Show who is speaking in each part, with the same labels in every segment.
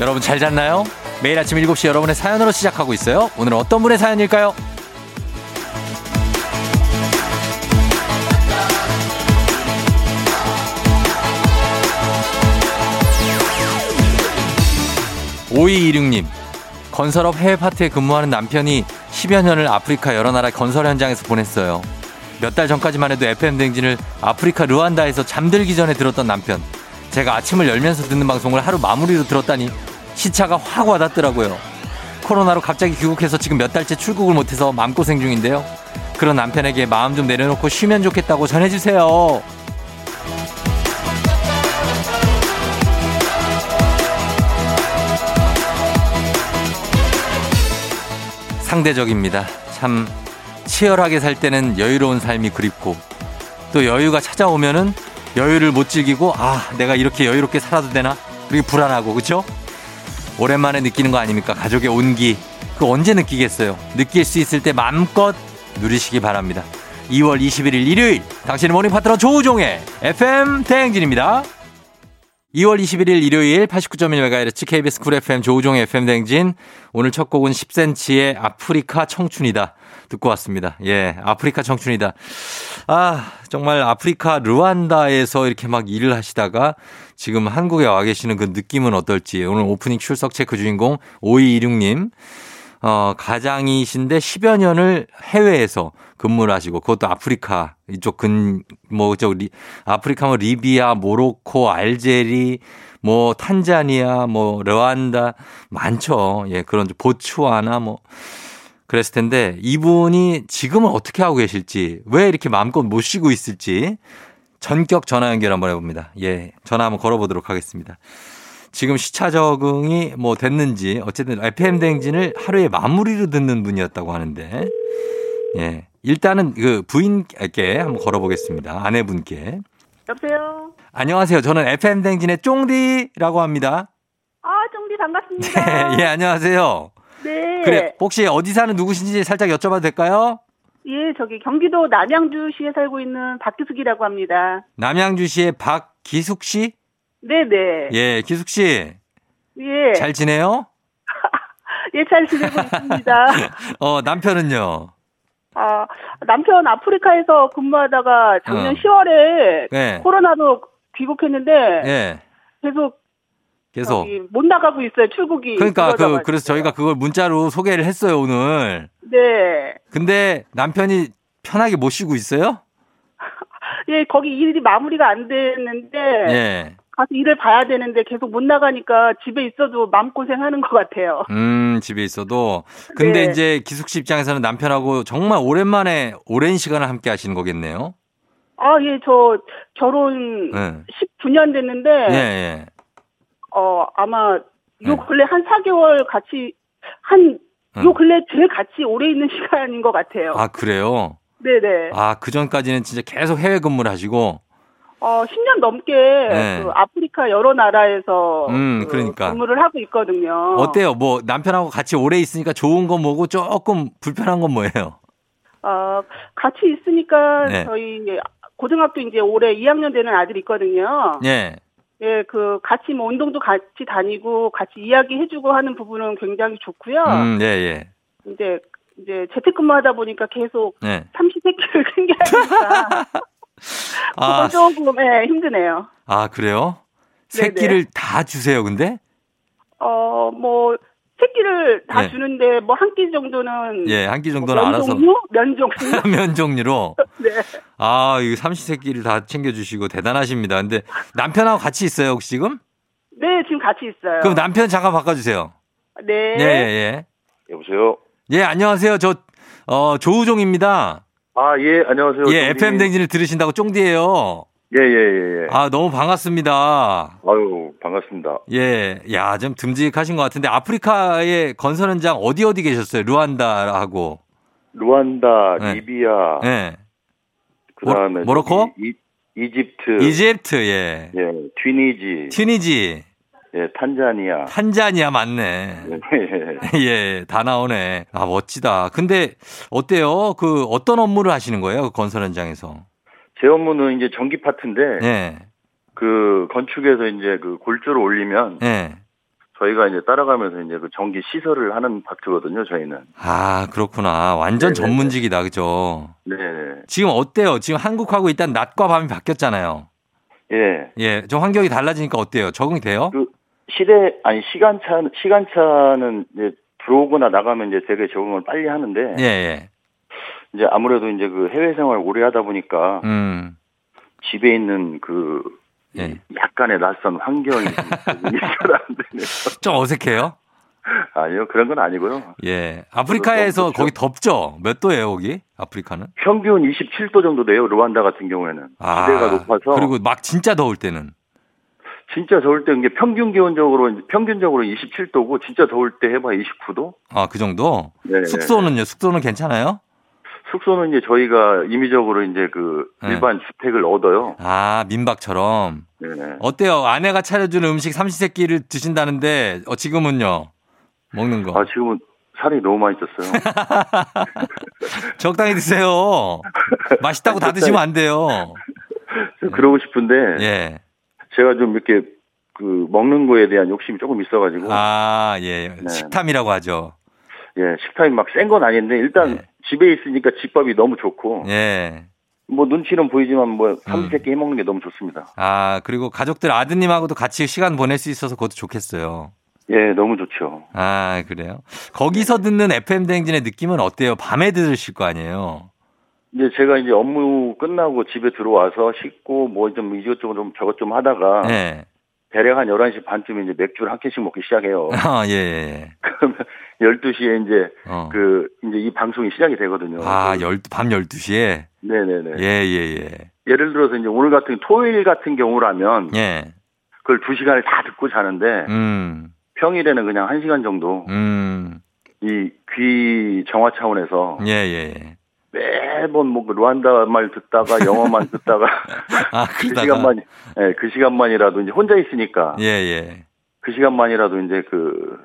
Speaker 1: 여러분 잘 잤나요? 매일 아침 7시 여러분의 사연으로 시작하고 있어요. 오늘은 어떤 분의 사연일까요? 5226님, 건설업 해외 파트에 근무하는 남편이 10여 년을 아프리카 여러 나라 건설 현장에서 보냈어요. 몇 달 전까지만 해도 FM 댕진을 아프리카 르완다에서 잠들기 전에 들었던 남편. 제가 아침을 열면서 듣는 방송을 하루 마무리로 들었다니 시차가 확 와닿더라고요. 코로나로 갑자기 귀국해서 지금 몇 달째 출국을 못해서 마음고생 중인데요. 그런 남편에게 마음 좀 내려놓고 쉬면 좋겠다고 전해주세요. 상대적입니다. 참 치열하게 살 때는 여유로운 삶이 그립고 또 여유가 찾아오면은 여유를 못 즐기고 아 내가 이렇게 여유롭게 살아도 되나 그렇게 불안하고 그렇죠? 오랜만에 느끼는 거 아닙니까 가족의 온기 그 언제 느끼겠어요? 느낄 수 있을 때 마음껏 누리시기 바랍니다. 2월 21일 일요일 당신의 모닝 파트너 조우종의 FM 대행진입니다. 2월 21일 일요일 89.1MHz KBS 쿨 FM 조우종의 FM 댕진. 오늘 첫 곡은 10cm의 아프리카 청춘이다. 듣고 왔습니다. 예, 아프리카 청춘이다. 아, 정말 아프리카 르완다에서 이렇게 막 일을 하시다가 지금 한국에 와 계시는 그 느낌은 어떨지. 오늘 오프닝 출석 체크 주인공 5226님. 어, 가장이신데 10여 년을 해외에서 근무를 하시고 그것도 아프리카 이쪽 근, 뭐, 저, 리, 아프리카 뭐 리비아, 모로코, 알제리, 뭐, 탄자니아, 뭐, 르완다 많죠. 예, 그런 보츠와나 뭐. 그랬을 텐데 이분이 지금은 어떻게 하고 계실지 왜 이렇게 마음껏 못 쉬고 있을지 전격 전화 연결 한번 해봅니다. 예, 전화 한번 걸어보도록 하겠습니다. 지금 시차 적응이 뭐 됐는지 어쨌든 FM 대행진을 하루에 마무리로 듣는 분이었다고 하는데 예 일단은 그 부인께 한번 걸어보겠습니다 아내분께
Speaker 2: 여보세요.
Speaker 1: 안녕하세요 저는 FM 대행진의 쫑디라고 합니다
Speaker 2: 아, 정디 반갑습니다.
Speaker 1: 예 안녕하세요
Speaker 2: 네.
Speaker 1: 그래 혹시 어디 사는 누구신지 살짝 여쭤봐도 될까요
Speaker 2: 예, 저기 경기도 남양주시에 살고 있는 박기숙이라고 합니다.
Speaker 1: 남양주시의 박기숙 씨
Speaker 2: 네, 네.
Speaker 1: 예 기숙 씨 잘
Speaker 2: 예. 잘,
Speaker 1: 지내요
Speaker 2: 예, 잘 지내고 있습니다.
Speaker 1: 어 남편은요
Speaker 2: 아, 남편 아프리카에서 근무하다가 작년
Speaker 1: 어.
Speaker 2: 10월에
Speaker 1: 예
Speaker 2: 코로나로 귀국했는데
Speaker 1: 예.
Speaker 2: 계속
Speaker 1: 계속
Speaker 2: 네. 저기 못 나가고 있어요. 출국이.
Speaker 1: 그러니까 그
Speaker 2: 그러다가
Speaker 1: 그래서 저희가 그걸 문자로 소개를 했어요 오늘.
Speaker 2: 네.
Speaker 1: 근데 남편이 편하게 못 쉬고 있어요?
Speaker 2: 예, 거기 일이 마무리가 안 됐는데
Speaker 1: 예.
Speaker 2: 가서 일을 봐야 되는데 계속 못 나가니까 집에 있어도 마음고생하는 것 같아요.
Speaker 1: 음 집에 있어도. 근데
Speaker 2: 네.
Speaker 1: 이제 기숙 씨 입장에서는 남편하고 정말 오랜만에 오랜 시간을 함께 하시는 거겠네요.
Speaker 2: 아, 예, 저 결혼
Speaker 1: 예.
Speaker 2: 19년 됐는데,
Speaker 1: 예, 예.
Speaker 2: 어, 아마
Speaker 1: 네.
Speaker 2: 요 근래 한 4개월 같이, 한,
Speaker 1: 음.
Speaker 2: 요 근래 제일 같이 오래 있는 시간인 것 같아요.
Speaker 1: 아 그래요.
Speaker 2: 네네.
Speaker 1: 아 그 전까지는 진짜 계속 해외 근무를 하시고.
Speaker 2: 어, 10년 넘게
Speaker 1: 네.
Speaker 2: 그 아프리카 여러 나라에서
Speaker 1: 음,
Speaker 2: 그
Speaker 1: 그러니까.
Speaker 2: 근무를 하고 있거든요.
Speaker 1: 어때요? 뭐 남편하고 같이 오래 있으니까 좋은 건 뭐고 조금 불편한 건 뭐예요?
Speaker 2: 어, 같이 있으니까
Speaker 1: 네.
Speaker 2: 저희 이제 고등학교 이제 올해 2학년 되는 아들이 있거든요.
Speaker 1: 예.
Speaker 2: 예, 그 같이 뭐 운동도 같이 다니고 같이 이야기해주고 하는 부분은 굉장히 좋고요.
Speaker 1: 음, 예, 예.
Speaker 2: 이제 이제 재택근무하다 보니까 계속
Speaker 1: 예.
Speaker 2: 삼시세끼를 챙겨야
Speaker 1: 아,
Speaker 2: 하니까 그건 조금 예, 힘드네요.
Speaker 1: 아 그래요?
Speaker 2: 네네.
Speaker 1: 새끼를 다 주세요, 근데?
Speaker 2: 어 뭐 세끼를 다
Speaker 1: 예.
Speaker 2: 주는데 뭐 한 끼 정도는 뭐
Speaker 1: 예, 한 끼 정도는
Speaker 2: 면
Speaker 1: 알아서
Speaker 2: 종류? 면 종류?
Speaker 1: 면 종류로.
Speaker 2: 네.
Speaker 1: 아, 이 삼시세끼를 다 챙겨주시고 대단하십니다. 근데 남편하고 같이 있어요, 혹시 지금?
Speaker 2: 네, 지금 같이 있어요.
Speaker 1: 그럼 남편 잠깐 바꿔주세요.
Speaker 2: 네.
Speaker 1: 예, 예,
Speaker 3: 여보세요.
Speaker 1: 예. 예, 안녕하세요. 저, 어, 조우종입니다.
Speaker 3: 아 예 안녕하세요.
Speaker 1: 예, FM 댕진을 들으신다고 쫑디예요
Speaker 3: 예예예
Speaker 2: 네.
Speaker 3: 예,
Speaker 1: 아, 너무 반갑습니다.
Speaker 3: 아유 반갑습니다.
Speaker 1: 예, 야, 좀 듬직하신 것 같은데, 아프리카의 건설 현장 어디 어디 계셨어요? 루안다하고.
Speaker 3: 루안다,
Speaker 1: 네.
Speaker 3: 리비아,
Speaker 1: 예.
Speaker 3: 그다음에
Speaker 1: 모- 모로코?
Speaker 3: 이, 집트
Speaker 2: 그
Speaker 1: 이집트,
Speaker 2: 네.
Speaker 1: 예.
Speaker 3: 예, 튀니지,
Speaker 1: 튀니지,
Speaker 3: 예, 탄자니아.
Speaker 1: 탄자니아 맞네.
Speaker 3: 예.
Speaker 1: 예, 다 나오네. 아, 멋지다. 근데 어때요? 그 어떤 업무를 하시는 거예요? 그 건설 현장에서.
Speaker 3: 제 업무는 이제 전기 파트인데
Speaker 1: 예.
Speaker 3: 그 건축에서 이제 그 골조를 올리면
Speaker 1: 예.
Speaker 3: 저희가 이제 따라가면서 이제 그 전기 시설을 하는 파트거든요. 저희는.
Speaker 1: 아, 그렇구나. 완전
Speaker 3: 네네네.
Speaker 1: 전문직이다. 그죠?
Speaker 3: 네. 네.
Speaker 1: 지금 어때요? 지금 한국하고 일단 낮과 밤이 바뀌었잖아요.
Speaker 3: 예.
Speaker 1: 예, 좀 환경이 달라지니까 어때요? 적응이 돼요?
Speaker 3: 그- 시대 아니 시간차 시간차는 이제 들어오거나 나가면 이제 되게 적응을 빨리 하는데
Speaker 1: 예, 예.
Speaker 3: 이제 아무래도 이제 그 해외 생활 오래 하다 보니까
Speaker 1: 음.
Speaker 3: 집에 있는 그
Speaker 1: 예.
Speaker 3: 약간의 낯선 환경이 좀 있어라는데
Speaker 1: 좀 어색해요?
Speaker 3: 아니요 그런 건 아니고요.
Speaker 1: 예. 아프리카에서
Speaker 3: 그렇죠.
Speaker 1: 거기 덥죠? 몇 도예요, 거기? 아프리카는?
Speaker 3: 평균 27도 정도 돼요 루안다 같은 경우에는
Speaker 1: 아.
Speaker 3: 기대가 높아서
Speaker 1: 그리고 막 진짜 더울 때는.
Speaker 3: 진짜 더울 때 이게 평균 기온적으로 평균적으로 27도고 진짜 더울 때 해봐 29도.
Speaker 1: 아, 그 정도?
Speaker 3: 네.
Speaker 1: 숙소는요? 숙소는 괜찮아요?
Speaker 3: 숙소는 이제 저희가 임의적으로 이제 그
Speaker 1: 네.
Speaker 3: 일반 주택을 얻어요.
Speaker 1: 아, 민박처럼.
Speaker 3: 네.
Speaker 1: 어때요? 아내가 차려주는 음식 삼시세끼를 드신다는데, 어, 지금은요? 먹는 거.
Speaker 3: 아 지금은 살이 너무 많이 쪘어요.
Speaker 1: 적당히 드세요. 맛있다고 다 드시면 안 돼요.
Speaker 3: 그래서 그러고 싶은데
Speaker 1: 예.
Speaker 3: 제가 좀 이렇게 그 먹는 거에 대한 욕심이 조금 있어가지고
Speaker 1: 아, 예.
Speaker 3: 네.
Speaker 1: 식탐이라고 하죠.
Speaker 3: 예 식탐이 막 센 건 아닌데 일단
Speaker 1: 네.
Speaker 3: 집에 있으니까 집밥이 너무 좋고
Speaker 1: 예.
Speaker 3: 뭐 눈치는 보이지만
Speaker 1: 음.
Speaker 3: 뭐 삼시세끼 해먹는 게 너무 좋습니다.
Speaker 1: 아, 그리고 가족들 아드님하고도 같이 시간 보낼 수 있어서 그것도 좋겠어요.
Speaker 3: 예 너무 좋죠.
Speaker 1: 아, 그래요? 거기서 듣는 FM 대행진의 느낌은 어때요? 밤에 들으실 거 아니에요?
Speaker 3: 이제 제가 이제 업무 끝나고 집에 들어와서 씻고 뭐 좀 이것저것 좀 저것 좀 하다가
Speaker 1: 예.
Speaker 3: 대략 한 11시 반쯤에 이제 맥주를 한 캔씩 먹기 시작해요.
Speaker 1: 아, 예, 예.
Speaker 3: 12시에 이제
Speaker 1: 예. 어.
Speaker 3: 그 이제 이 방송이 시작이 되거든요.
Speaker 1: 아, 열, 밤 12시에?
Speaker 3: 네네네.
Speaker 1: 예, 예,
Speaker 3: 예를 들어서 이제 오늘 같은 토요일 같은 경우라면
Speaker 1: 예. 예.
Speaker 3: 그걸 두 시간을 다 듣고 자는데
Speaker 1: 음,
Speaker 3: 평일에는 그냥 한 시간 정도
Speaker 1: 음.
Speaker 3: 이 귀 정화 차원에서
Speaker 1: 예, 예, 예.
Speaker 3: 매번 뭐그 루안다 말 듣다가 영어만 듣다가
Speaker 1: 아,
Speaker 3: 그
Speaker 1: 그러다가.
Speaker 3: 시간만 예, 그 시간만이라도 이제 혼자 있으니까
Speaker 1: 예, 예.
Speaker 3: 그 시간만이라도 이제 그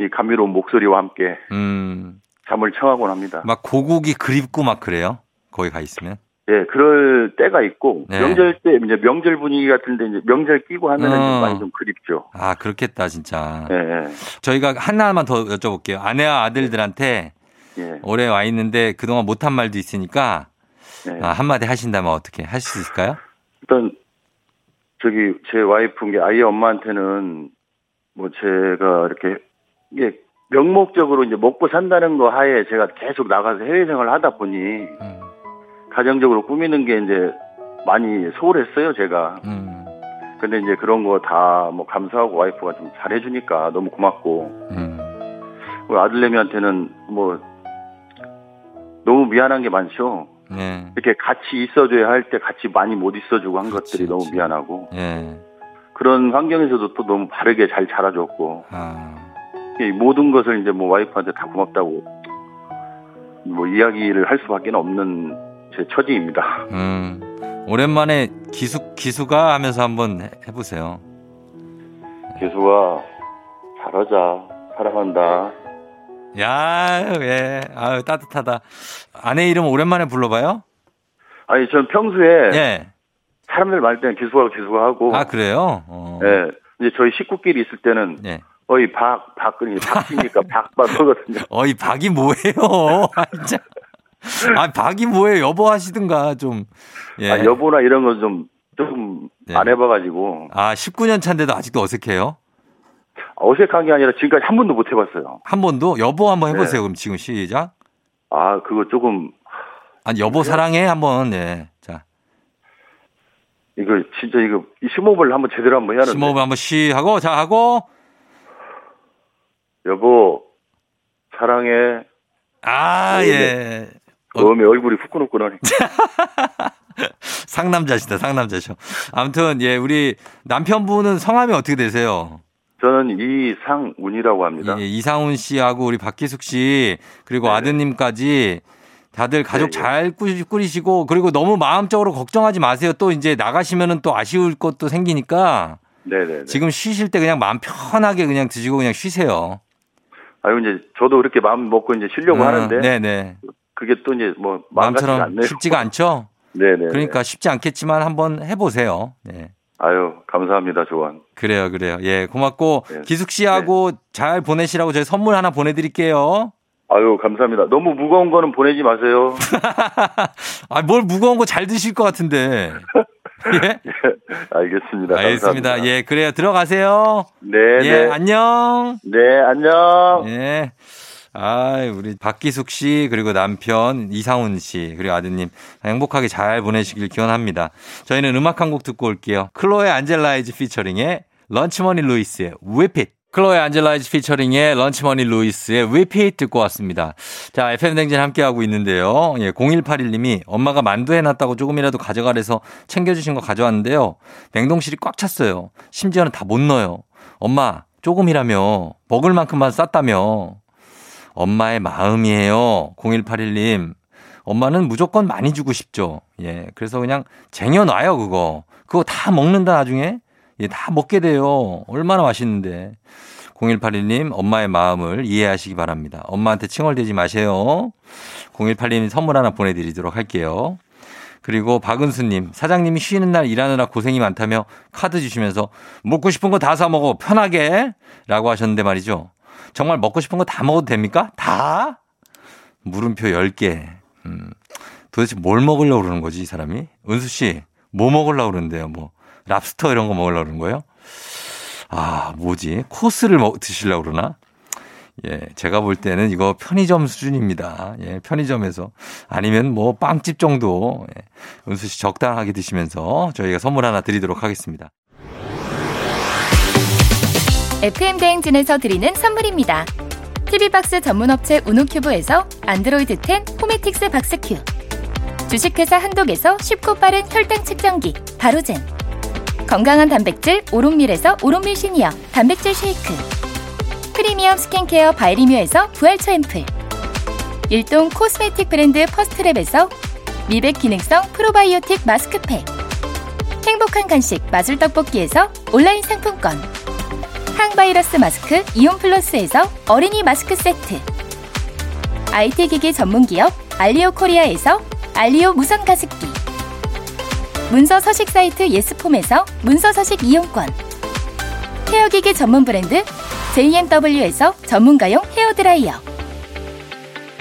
Speaker 3: 이 감미로운 목소리와 함께
Speaker 1: 음.
Speaker 3: 잠을 청하곤 합니다.
Speaker 1: 막 고국이 그립고 막 그래요? 거기 가 있으면?
Speaker 3: 예, 그럴 때가 있고
Speaker 1: 네.
Speaker 3: 명절 때 이제 명절 분위기 같은데 이제 명절 끼고 하면은
Speaker 1: 어.
Speaker 3: 좀 많이 좀 그립죠.
Speaker 1: 아, 그렇겠다, 진짜.
Speaker 3: 예, 예,
Speaker 1: 저희가 하나만 더 여쭤볼게요. 아내와 아들들한테
Speaker 3: 예,
Speaker 1: 올해 와 있는데 그동안 못한 말도 있으니까
Speaker 3: 예.
Speaker 1: 아, 한마디 하신다면 어떻게 하실 수 있을까요?
Speaker 3: 일단 저기 제 와이프인 게 아이 엄마한테는 뭐 제가 이렇게 이게 명목적으로 이제 먹고 산다는 거 하에 제가 계속 나가서 해외 생활을 하다 보니
Speaker 1: 음,
Speaker 3: 가정적으로 꾸미는 게 이제 많이 소홀했어요 제가
Speaker 1: 음,
Speaker 3: 근데 이제 그런 거 다 뭐 감사하고 와이프가 좀 잘해주니까 너무 고맙고
Speaker 1: 음.
Speaker 3: 우리 아들내미한테는 뭐 너무 미안한 게 많죠
Speaker 1: 예,
Speaker 3: 이렇게 같이 있어줘야 할 때 같이 많이 못 있어주고 한
Speaker 1: 그치,
Speaker 3: 것들이 너무
Speaker 1: 그치.
Speaker 3: 미안하고
Speaker 1: 예.
Speaker 3: 그런 환경에서도 또 너무 바르게 잘 자라줬고
Speaker 1: 아,
Speaker 3: 이 모든 것을 이제 뭐 와이프한테 다 고맙다고 뭐 이야기를 할 수밖에 없는 제 처지입니다.
Speaker 1: 음. 오랜만에 기수 기수가 하면서 한번 해- 해보세요.
Speaker 3: 계수아 잘하자 사랑한다.
Speaker 1: 야, 예, 아유 따뜻하다. 아내 이름 오랜만에 불러봐요.
Speaker 3: 아니 전 평소에
Speaker 1: 예.
Speaker 3: 사람들 많을 때는 기수하고 기수가 하고
Speaker 1: 아 그래요? 어.
Speaker 3: 예 이제 저희 식구끼리 있을 때는
Speaker 1: 예.
Speaker 3: 어이 박 박근이 박씨니까 박박 하거든요.
Speaker 1: 어이 박이 뭐예요? 아, 진짜. 아 박이 뭐예요? 여보 하시든가 좀. 예.
Speaker 3: 아, 여보나 이런 거좀 조금
Speaker 1: 네.
Speaker 3: 안 해봐가지고
Speaker 1: 아, 19년 차인데도 아직도 어색해요?
Speaker 3: 어색한 게 아니라 지금까지 한 번도 못 해봤어요.
Speaker 1: 한 번도 여보 한번
Speaker 3: 네.
Speaker 1: 해보세요. 그럼 지금 시작.
Speaker 3: 아 그거 조금
Speaker 1: 아니 여보 사랑해 한번 예. 자
Speaker 3: 이거 진짜 이거 이 심호흡을 한번 제대로 한번 해야 하는데
Speaker 1: 심호흡 한번 쉬 하고 자 하고
Speaker 3: 여보 사랑해
Speaker 1: 아
Speaker 3: 네,
Speaker 1: 예. 어.
Speaker 3: 어음에 얼굴이 후끈후끈하니
Speaker 1: 상남자시다 상남자셔. 아무튼 예 우리 남편분은 성함이 어떻게 되세요?
Speaker 3: 저는 이상운이라고 합니다
Speaker 1: 예, 이상훈 씨하고 우리 박기숙 씨 그리고
Speaker 3: 네네.
Speaker 1: 아드님까지 다들 가족
Speaker 3: 예.
Speaker 1: 잘 꾸리- 꾸리시고 그리고 너무 마음적으로 걱정하지 마세요. 또 이제 나가시면은 또 아쉬울 것도 생기니까
Speaker 3: 네네네
Speaker 1: 지금 쉬실 때 그냥 마음 편하게 그냥 드시고 그냥 쉬세요.
Speaker 3: 아유 이제 저도 그렇게 마음 먹고 이제 쉬려고
Speaker 1: 아,
Speaker 3: 하는데
Speaker 1: 네네.
Speaker 3: 그게 또 이제 뭐 마음 같지가
Speaker 1: 마음처럼
Speaker 3: 않네요
Speaker 1: 쉽지가 않죠.
Speaker 3: 네네
Speaker 1: 그러니까 쉽지 않겠지만 한번 해보세요. 네.
Speaker 3: 아유 감사합니다 조언
Speaker 1: 그래요, 그래요. 예, 고맙고
Speaker 3: 네.
Speaker 1: 기숙 씨하고 잘 보내시라고 저희 선물 하나 보내드릴게요.
Speaker 3: 아유, 감사합니다. 너무 무거운 거는 보내지 마세요.
Speaker 1: 아, 뭘 무거운 거 잘 드실 것 같은데. 예,
Speaker 3: 알겠습니다.
Speaker 1: 알겠습니다.
Speaker 3: 감사합니다.
Speaker 1: 예, 그래요. 들어가세요.
Speaker 3: 네,
Speaker 1: 예,
Speaker 3: 네.
Speaker 1: 안녕.
Speaker 3: 네, 안녕.
Speaker 1: 예. 아, 우리 박기숙 씨 그리고 남편 이상훈 씨 그리고 아드님 행복하게 잘 보내시길 기원합니다. 저희는 음악 한 곡 듣고 올게요. 클로에 안젤라이즈 피처링의 런치머니 루이스의 Whip It. 클로에 안젤라이즈 피처링의 런치머니 루이스의 Whip It 듣고 왔습니다. 자, FM 댕진 함께하고 있는데요. 예, 0181님이 엄마가 만두 해놨다고 조금이라도 가져가래서 챙겨주신 거 가져왔는데요. 냉동실이 꽉 찼어요. 심지어는 다 못 넣어요. 엄마, 조금이라며 먹을 만큼만 쌌다며 엄마의 마음이에요. 0181님. 엄마는 무조건 많이 주고 싶죠. 예. 그래서 그냥 쟁여놔요, 그거. 그거 다 먹는다, 나중에. 예, 다 먹게 돼요. 얼마나 맛있는데. 0181님, 엄마의 마음을 이해하시기 바랍니다. 엄마한테 칭얼대지 마세요. 0181님 선물 하나 보내드리도록 할게요. 그리고 박은수님, 사장님이 쉬는 날 일하느라 고생이 많다며 카드 주시면서 먹고 싶은 거 다 사먹어, 편하게! 라고 하셨는데 말이죠. 정말 먹고 싶은 거 다 먹어도 됩니까? 다? 물음표 10개. 음. 도대체 뭘 먹으려고 그러는 거지, 이 사람이? 은수 씨, 뭐 먹으려고 그러는데요? 뭐, 랍스터 이런 거 먹으려고 그러는 거예요? 아, 뭐지? 코스를 먹, 드시려고 그러나? 예, 제가 볼 때는 이거 편의점 수준입니다. 예, 편의점에서. 아니면 뭐 빵집 정도. 예, 은수 씨 적당하게 드시면서 저희가 선물 하나 드리도록 하겠습니다.
Speaker 4: FM 대행진에서 드리는 선물입니다. TV 박스 전문 업체 우노큐브에서 안드로이드 10 호메틱스 박스큐. 주식회사 한독에서 쉽고 빠른 혈당 측정기 바로젠. 건강한 단백질 오롯밀에서 오롯밀 시니어 단백질 쉐이크. 프리미엄 스킨케어 바이리뮤에서 부활초 앰플. 일동 코스메틱 브랜드 퍼스트랩에서 미백 기능성 프로바이오틱 마스크팩. 행복한 간식 마술 떡볶이에서 온라인 상품권. 항바이러스 마스크 이온플러스에서 어린이 마스크 세트 IT 기기 전문 기업 알리오 코리아에서 알리오 무선 가습기 문서 서식 사이트 예스폼에서 문서 서식 이용권 헤어 기기 전문 브랜드 JMW에서 전문가용 헤어 드라이어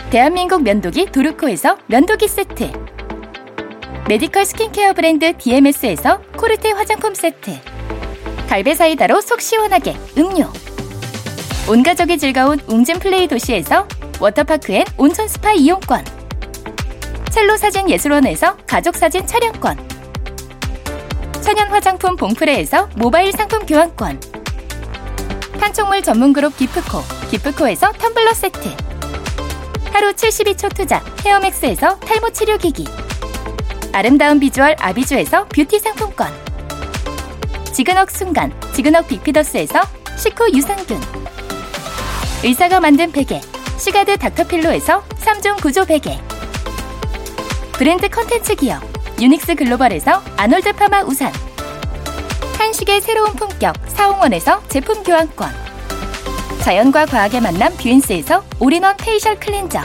Speaker 4: 대한민국 면도기 도르코에서 면도기 세트 메디컬 스킨케어 브랜드 DMS에서 코르테 화장품 세트 갈베사이다로 속 시원하게 음료 온가족이 즐거운 웅진플레이 도시에서 워터파크 앤 온천 스파 이용권 첼로 사진 예술원에서 가족사진 촬영권 천연 화장품 봉프레에서 모바일 상품 교환권 판촉물 전문 그룹 기프코 기프코에서 텀블러 세트 하루 72초 투자 헤어맥스에서 탈모 치료기기 아름다운 비주얼 아비주에서 뷰티 상품권 지그넉 순간, 지그넉 빅피더스에서 식후 유산균. 의사가 만든 베개, 시가드 닥터필로에서 3종 구조 베개. 브랜드 컨텐츠 기업, 유닉스 글로벌에서 아놀드 파마 우산. 한식의 새로운 품격, 사홍원에서 제품 교환권. 자연과 과학의 만남 뷰인스에서 올인원 페이셜 클렌저.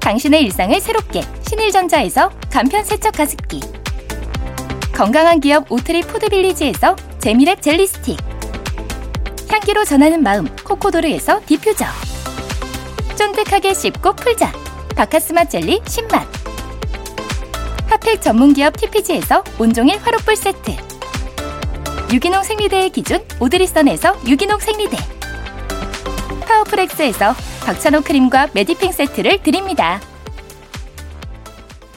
Speaker 4: 당신의 일상을 새롭게 신일전자에서 간편 세척 가습기. 건강한 기업 오트리 푸드빌리지에서 재미랩 젤리 스틱 향기로 전하는 마음 코코도르에서 디퓨저 쫀득하게 씹고 풀자 바카스맛 젤리 신맛 핫팩 전문기업 TPG에서 온종일 화롯불 세트 유기농 생리대의 기준 오드리선에서 유기농 생리대 파워풀엑스에서 박찬호 크림과 메디핑 세트를 드립니다.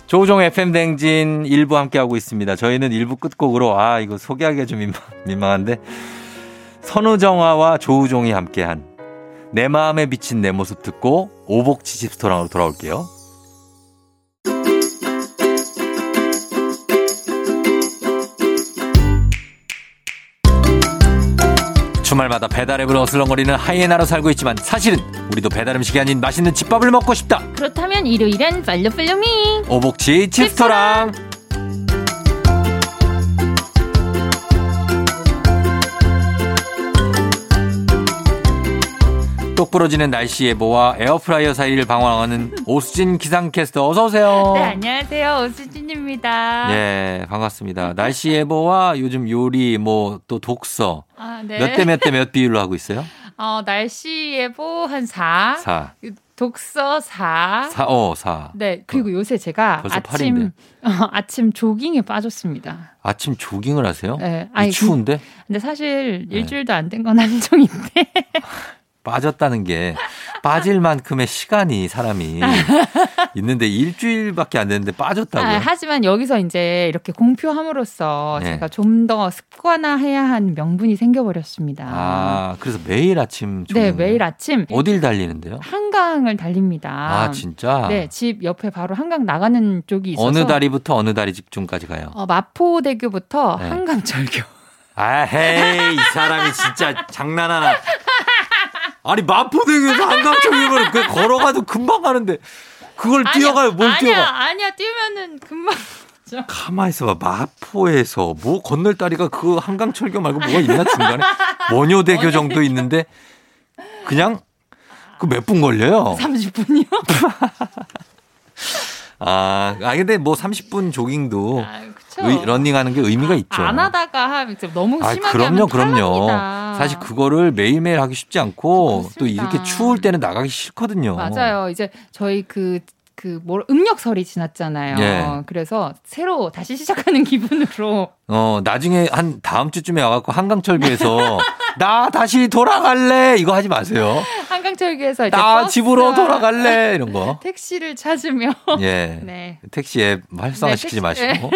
Speaker 1: 조우종 FM 댕진 1부 함께하고 있습니다. 저희는 1부 끝곡으로, 아, 이거 소개하기가 좀 민망, 민망한데, 선우정아와 조우종이 함께한 내 마음에 비친 내 모습 듣고 오복치 집스토랑으로 돌아올게요. 주말마다 배달앱을 어슬렁거리는 하이에나로 살고 있지만 사실은 우리도 배달음식이 아닌 맛있는 집밥을 먹고 싶다.
Speaker 5: 그렇다면 일요일엔 팔로플로미
Speaker 1: 오복치 칩스토랑 똑 부러지는 날씨에 보와 에어프라이어 사이를 방황하는 오수진 기상캐스터 어서 오세요.
Speaker 5: 네, 안녕하세요. 오수진입니다.
Speaker 1: 예, 반갑습니다. 날씨 예보와 요즘 요리, 뭐, 또 독서.
Speaker 5: 아, 네.
Speaker 1: 몇 대 몇 대 몇 비율로 하고 있어요?
Speaker 5: 어, 날씨 예보 한 4.
Speaker 1: 4.
Speaker 5: 독서 4.
Speaker 1: 4, 어, 4.
Speaker 5: 네, 그리고 요새 제가
Speaker 1: 벌써
Speaker 5: 아침 어,
Speaker 1: 팔인데.
Speaker 5: 아침 조깅에 빠졌습니다.
Speaker 1: 아침 조깅을 하세요?
Speaker 5: 네,
Speaker 1: 이
Speaker 5: 아니,
Speaker 1: 추운데?
Speaker 5: 근데 사실
Speaker 1: 네.
Speaker 5: 일주일도 안 된 건 한정인데
Speaker 1: 빠졌다는 게 빠질 만큼의 시간이 사람이 있는데 일주일밖에 안 됐는데
Speaker 5: 아,
Speaker 1: 빠졌다고요?
Speaker 5: 하지만 여기서 이제 이렇게 공표함으로써
Speaker 1: 네.
Speaker 5: 제가 좀 더 습관화해야 한 명분이 생겨버렸습니다.
Speaker 1: 아, 그래서 매일 아침 조깅.
Speaker 5: 네, 매일 아침
Speaker 1: 어딜 달리는데요?
Speaker 5: 한강을 달립니다.
Speaker 1: 아, 진짜?
Speaker 5: 네, 집 옆에 바로 한강 나가는 쪽이 있어서
Speaker 1: 어느 다리부터 어느 다리 집중까지 가요?
Speaker 5: 어, 마포대교부터
Speaker 1: 네.
Speaker 5: 한강절교.
Speaker 1: 아, 헤이, 이 사람이 진짜 장난하나. 아니, 마포대교에서 한강철이면 그 걸어가도 금방 가는데 그걸 뛰어가요, 뭘
Speaker 5: 아니야,
Speaker 1: 뛰어가.
Speaker 5: 아니야, 뛰면은 금방.
Speaker 1: 가만 있어봐, 마포에서 뭐 건널 다리가 그 한강철교 말고 뭐가 있나 중간에? 원효대교 정도 있는데 그냥 그 몇 분 걸려요? 뭐,
Speaker 5: 30분이요?
Speaker 1: 아, 아 근데 뭐 30분 조깅도
Speaker 5: 아, 그쵸.
Speaker 1: 의- 러닝하는 게 의미가 있죠.
Speaker 5: 안 하다가 하면 이제 너무
Speaker 1: 아,
Speaker 5: 심하게
Speaker 1: 그럼요,
Speaker 5: 하면
Speaker 1: 그럼요.
Speaker 5: 탈락이다.
Speaker 1: 사실 그거를 매일매일 하기 쉽지 않고 또
Speaker 5: 그렇습니다.
Speaker 1: 이렇게 추울 때는 나가기 싫거든요.
Speaker 5: 맞아요. 이제 저희 그, 그, 뭐, 음력설이 지났잖아요.
Speaker 1: 예.
Speaker 5: 그래서 새로 다시 시작하는 기분으로.
Speaker 1: 어, 나중에 한 다음 주쯤에 와갖고 한강철교에서 나 다시 돌아갈래! 이거 하지 마세요.
Speaker 5: 한강철교에서 이제.
Speaker 1: 나
Speaker 5: 네, 버스와
Speaker 1: 집으로 돌아갈래! 이런 거.
Speaker 5: 택시를 찾으며.
Speaker 1: 예.
Speaker 5: 네.
Speaker 1: 택시 앱 활성화시키지
Speaker 5: 네, 택시-
Speaker 1: 마시고.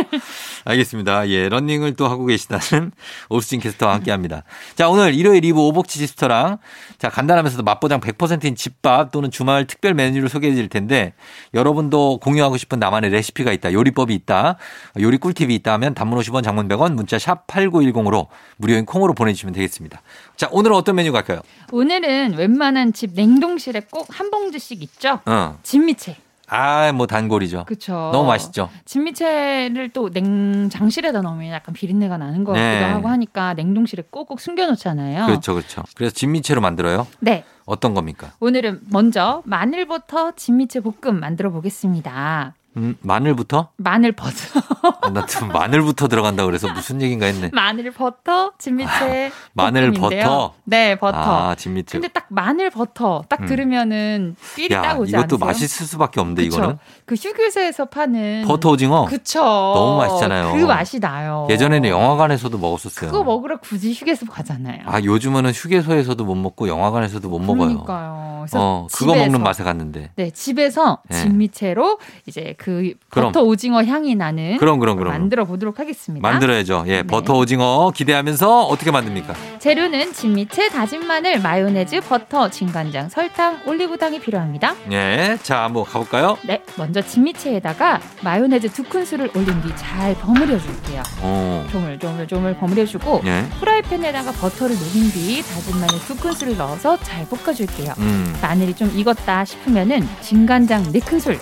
Speaker 1: 알겠습니다. 예, 러닝을 또 하고 계시다는 오수진 캐스터와 함께 합니다. 자, 오늘 일요일 2부 오복치 지스터랑 자, 간단하면서도 맛보장 100%인 집밥 또는 주말 특별 메뉴를 소개해 드릴 텐데 여러분도 공유하고 싶은 나만의 레시피가 있다. 요리법이 있다. 요리 꿀팁이 있다 하면 단문 50원 장문 100원 문자 샵 8910으로 무료인 콩으로 보내주시면 되겠습니다. 자, 오늘은 어떤 메뉴 갈까요?
Speaker 5: 오늘은 웬만한 집 냉동실에 꼭 한 봉지씩 있죠?
Speaker 1: 어.
Speaker 5: 진미채.
Speaker 1: 아, 뭐 단골이죠.
Speaker 5: 그쵸.
Speaker 1: 너무 맛있죠.
Speaker 5: 진미채를 또 냉장실에다 넣으면 약간 비린내가 나는 거 같기도
Speaker 1: 네.
Speaker 5: 하고 하니까 냉동실에 꼭꼭 숨겨놓잖아요.
Speaker 1: 그렇죠, 그렇죠. 그래서 진미채로 만들어요.
Speaker 5: 네.
Speaker 1: 어떤 겁니까?
Speaker 5: 오늘은 먼저 마늘부터 진미채 볶음 만들어 보겠습니다.
Speaker 1: 음, 마늘부터?
Speaker 5: 마늘 버터,
Speaker 1: 어, 나 지금 마늘부터 들어간다 그래서 무슨 얘긴가 했네.
Speaker 5: 마늘 버터, 진미채.
Speaker 1: 아, 마늘
Speaker 5: 볶음인데요.
Speaker 1: 버터?
Speaker 5: 네, 버터.
Speaker 1: 아, 진미채.
Speaker 5: 근데 딱 마늘 버터 딱
Speaker 1: 음.
Speaker 5: 들으면은 삘이 딱
Speaker 1: 야,
Speaker 5: 오지
Speaker 1: 이것도
Speaker 5: 않으세요?
Speaker 1: 맛있을 수밖에 없는데
Speaker 5: 그쵸?
Speaker 1: 이거는.
Speaker 5: 그 휴게소에서 파는
Speaker 1: 버터 오징어.
Speaker 5: 그쵸.
Speaker 1: 너무 맛있잖아요.
Speaker 5: 그 맛이 나요.
Speaker 1: 예전에는 영화관에서도 먹었었어요.
Speaker 5: 그거 먹으러 굳이 휴게소 가잖아요.
Speaker 1: 아, 요즘에는 휴게소에서도 못 먹고 영화관에서도 못 먹어요.
Speaker 5: 그러니까요. 그래서
Speaker 1: 어, 그거 먹는
Speaker 5: 집에서.
Speaker 1: 맛에 갔는데.
Speaker 5: 네, 집에서
Speaker 1: 네.
Speaker 5: 진미채로 이제 그
Speaker 1: 그럼.
Speaker 5: 버터 오징어 향이 나는
Speaker 1: 그럼 그럼 그럼.
Speaker 5: 만들어 보도록 하겠습니다.
Speaker 1: 만들어야죠. 예,
Speaker 5: 네.
Speaker 1: 버터 오징어 기대하면서 어떻게 만듭니까?
Speaker 5: 재료는 진미채, 다진 마늘, 마요네즈, 버터, 진간장, 설탕, 올리고당이 필요합니다.
Speaker 1: 예, 자, 한번 가볼까요?
Speaker 5: 네, 먼저 진미채에다가 마요네즈 두 큰술을 올린 뒤 잘 버무려 줄게요.
Speaker 1: 어,
Speaker 5: 조물조물조물 버무려 주고
Speaker 1: 예,
Speaker 5: 프라이팬에다가 버터를 녹인 뒤 다진 마늘 두 큰술을 넣어서 잘 볶아줄게요.
Speaker 1: 음,
Speaker 5: 마늘이 좀 익었다 싶으면은 진간장 4큰술,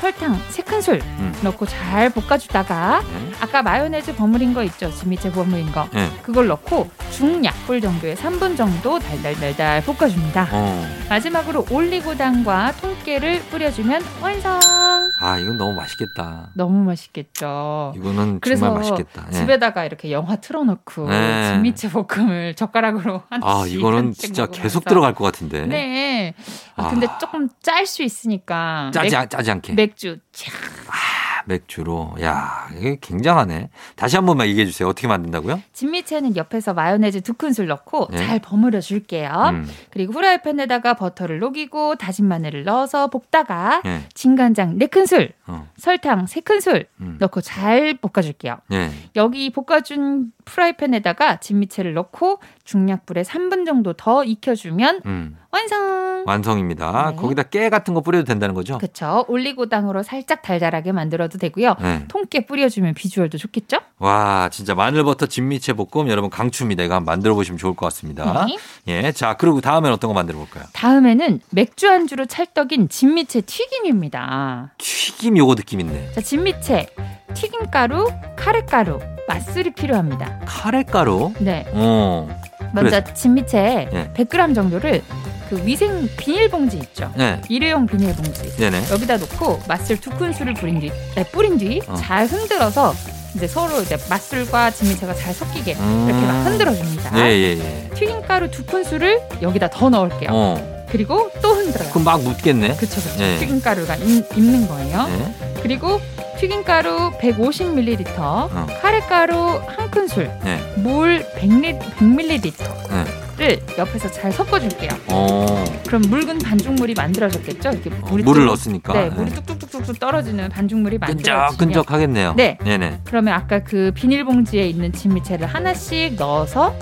Speaker 5: 설탕 3큰술
Speaker 1: 음.
Speaker 5: 넣고 잘 볶아주다가
Speaker 1: 예,
Speaker 5: 아까 마요네즈 버무린 거 있죠? 진미채 버무린 거.
Speaker 1: 예,
Speaker 5: 그걸 넣고 중약불 정도에 3분 정도 달달달달 볶아줍니다.
Speaker 1: 어.
Speaker 5: 마지막으로 올리고당과 통깨를 뿌려주면 완성!
Speaker 1: 아, 이건 너무 맛있겠다.
Speaker 5: 너무 맛있겠죠?
Speaker 1: 이거는
Speaker 5: 그래서
Speaker 1: 정말 맛있겠다. 예.
Speaker 5: 집에다가 이렇게 영화 틀어놓고
Speaker 1: 네.
Speaker 5: 진미채 볶음을 젓가락으로 하나씩
Speaker 1: 아, 이거는
Speaker 5: 하나씩
Speaker 1: 진짜 계속
Speaker 5: 먹으면서.
Speaker 1: 들어갈 것 같은데.
Speaker 5: 네. 아,
Speaker 1: 아.
Speaker 5: 근데 조금 짤 수 있으니까
Speaker 1: 짜지, 않- 짜지 않게.
Speaker 5: 맥, 주 차.
Speaker 1: 맥주로. 야, 이게 굉장하네. 다시 한 번만 얘기해 주세요. 어떻게 만든다고요?
Speaker 5: 진미채는 옆에서 마요네즈 두 큰술 넣고
Speaker 1: 네.
Speaker 5: 잘 버무려 줄게요.
Speaker 1: 음,
Speaker 5: 그리고 후라이팬에다가 버터를 녹이고 다진 마늘을 넣어서 볶다가
Speaker 1: 예.
Speaker 5: 진간장 네 큰술,
Speaker 1: 어,
Speaker 5: 설탕 세 큰술
Speaker 1: 음.
Speaker 5: 넣고 잘 볶아줄게요.
Speaker 1: 예.
Speaker 5: 여기 볶아준 프라이팬에다가 진미채를 넣고 중약불에 3분 정도 더 익혀주면
Speaker 1: 음.
Speaker 5: 완성.
Speaker 1: 완성입니다.
Speaker 5: 네.
Speaker 1: 거기다 깨 같은 거 뿌려도 된다는 거죠?
Speaker 5: 그쵸? 올리고당으로 살짝 달달하게 만들어도 되고요.
Speaker 1: 예.
Speaker 5: 통깨 뿌려주면 비주얼도 좋겠죠?
Speaker 1: 와, 진짜 마늘버터 진미채 볶음 여러분 강추입니다. 이거 한번 만들어 보시면 좋을 것 같습니다.
Speaker 5: 네.
Speaker 1: 예. 자, 그리고 다음엔 어떤 거 만들어 볼까요?
Speaker 5: 다음에는 맥주 안주로 찰떡인 진미채 튀김입니다.
Speaker 1: 튀김 요거 느낌 있네.
Speaker 5: 자, 진미채, 튀김가루, 카레가루, 맛술이 필요합니다.
Speaker 1: 카레가루.
Speaker 5: 네,
Speaker 1: 어.
Speaker 5: 먼저 진미채
Speaker 1: 예.
Speaker 5: 네. 100g 정도를 그 그 위생 비닐봉지 있죠.
Speaker 1: 네.
Speaker 5: 일회용 비닐봉지.
Speaker 1: 네네.
Speaker 5: 여기다 놓고 맛술 두 큰술을 뿌린 뒤, 네, 뿌린 뒤
Speaker 1: 어.
Speaker 5: 잘 흔들어서 이제 서로 이제 맛술과 진미채가 잘 섞이게 이렇게 막 흔들어 줍니다.
Speaker 1: 예, 예, 예.
Speaker 5: 튀김가루 두 큰술을 여기다 더 넣을게요.
Speaker 1: 어.
Speaker 5: 그리고 또 흔들어요.
Speaker 1: 그럼 막 묻겠네.
Speaker 5: 네. 그쵸 그쵸.
Speaker 1: 예.
Speaker 5: 튀김가루가 입, 는 거예요.
Speaker 1: 예.
Speaker 5: 그리고 튀김가루 150ml,
Speaker 1: 어.
Speaker 5: 카레가루 한 큰술,
Speaker 1: 예.
Speaker 5: 물 100리,
Speaker 1: 네.
Speaker 5: 100ml를 옆에서 잘 섞어줄게요.
Speaker 1: 어.
Speaker 5: 그럼 묽은 반죽물이 만들어졌겠죠? 이렇게 물이
Speaker 1: 물을
Speaker 5: 뚝-
Speaker 1: 넣었으니까.
Speaker 5: 네, 물이
Speaker 1: 예.
Speaker 5: 뚝뚝뚝뚝 떨어지는 반죽물이 만들어지면
Speaker 1: 끈적끈적하겠네요.
Speaker 5: 네.
Speaker 1: 네네.
Speaker 5: 그러면 아까 그 비닐봉지에 있는 진미채를 하나씩 넣어서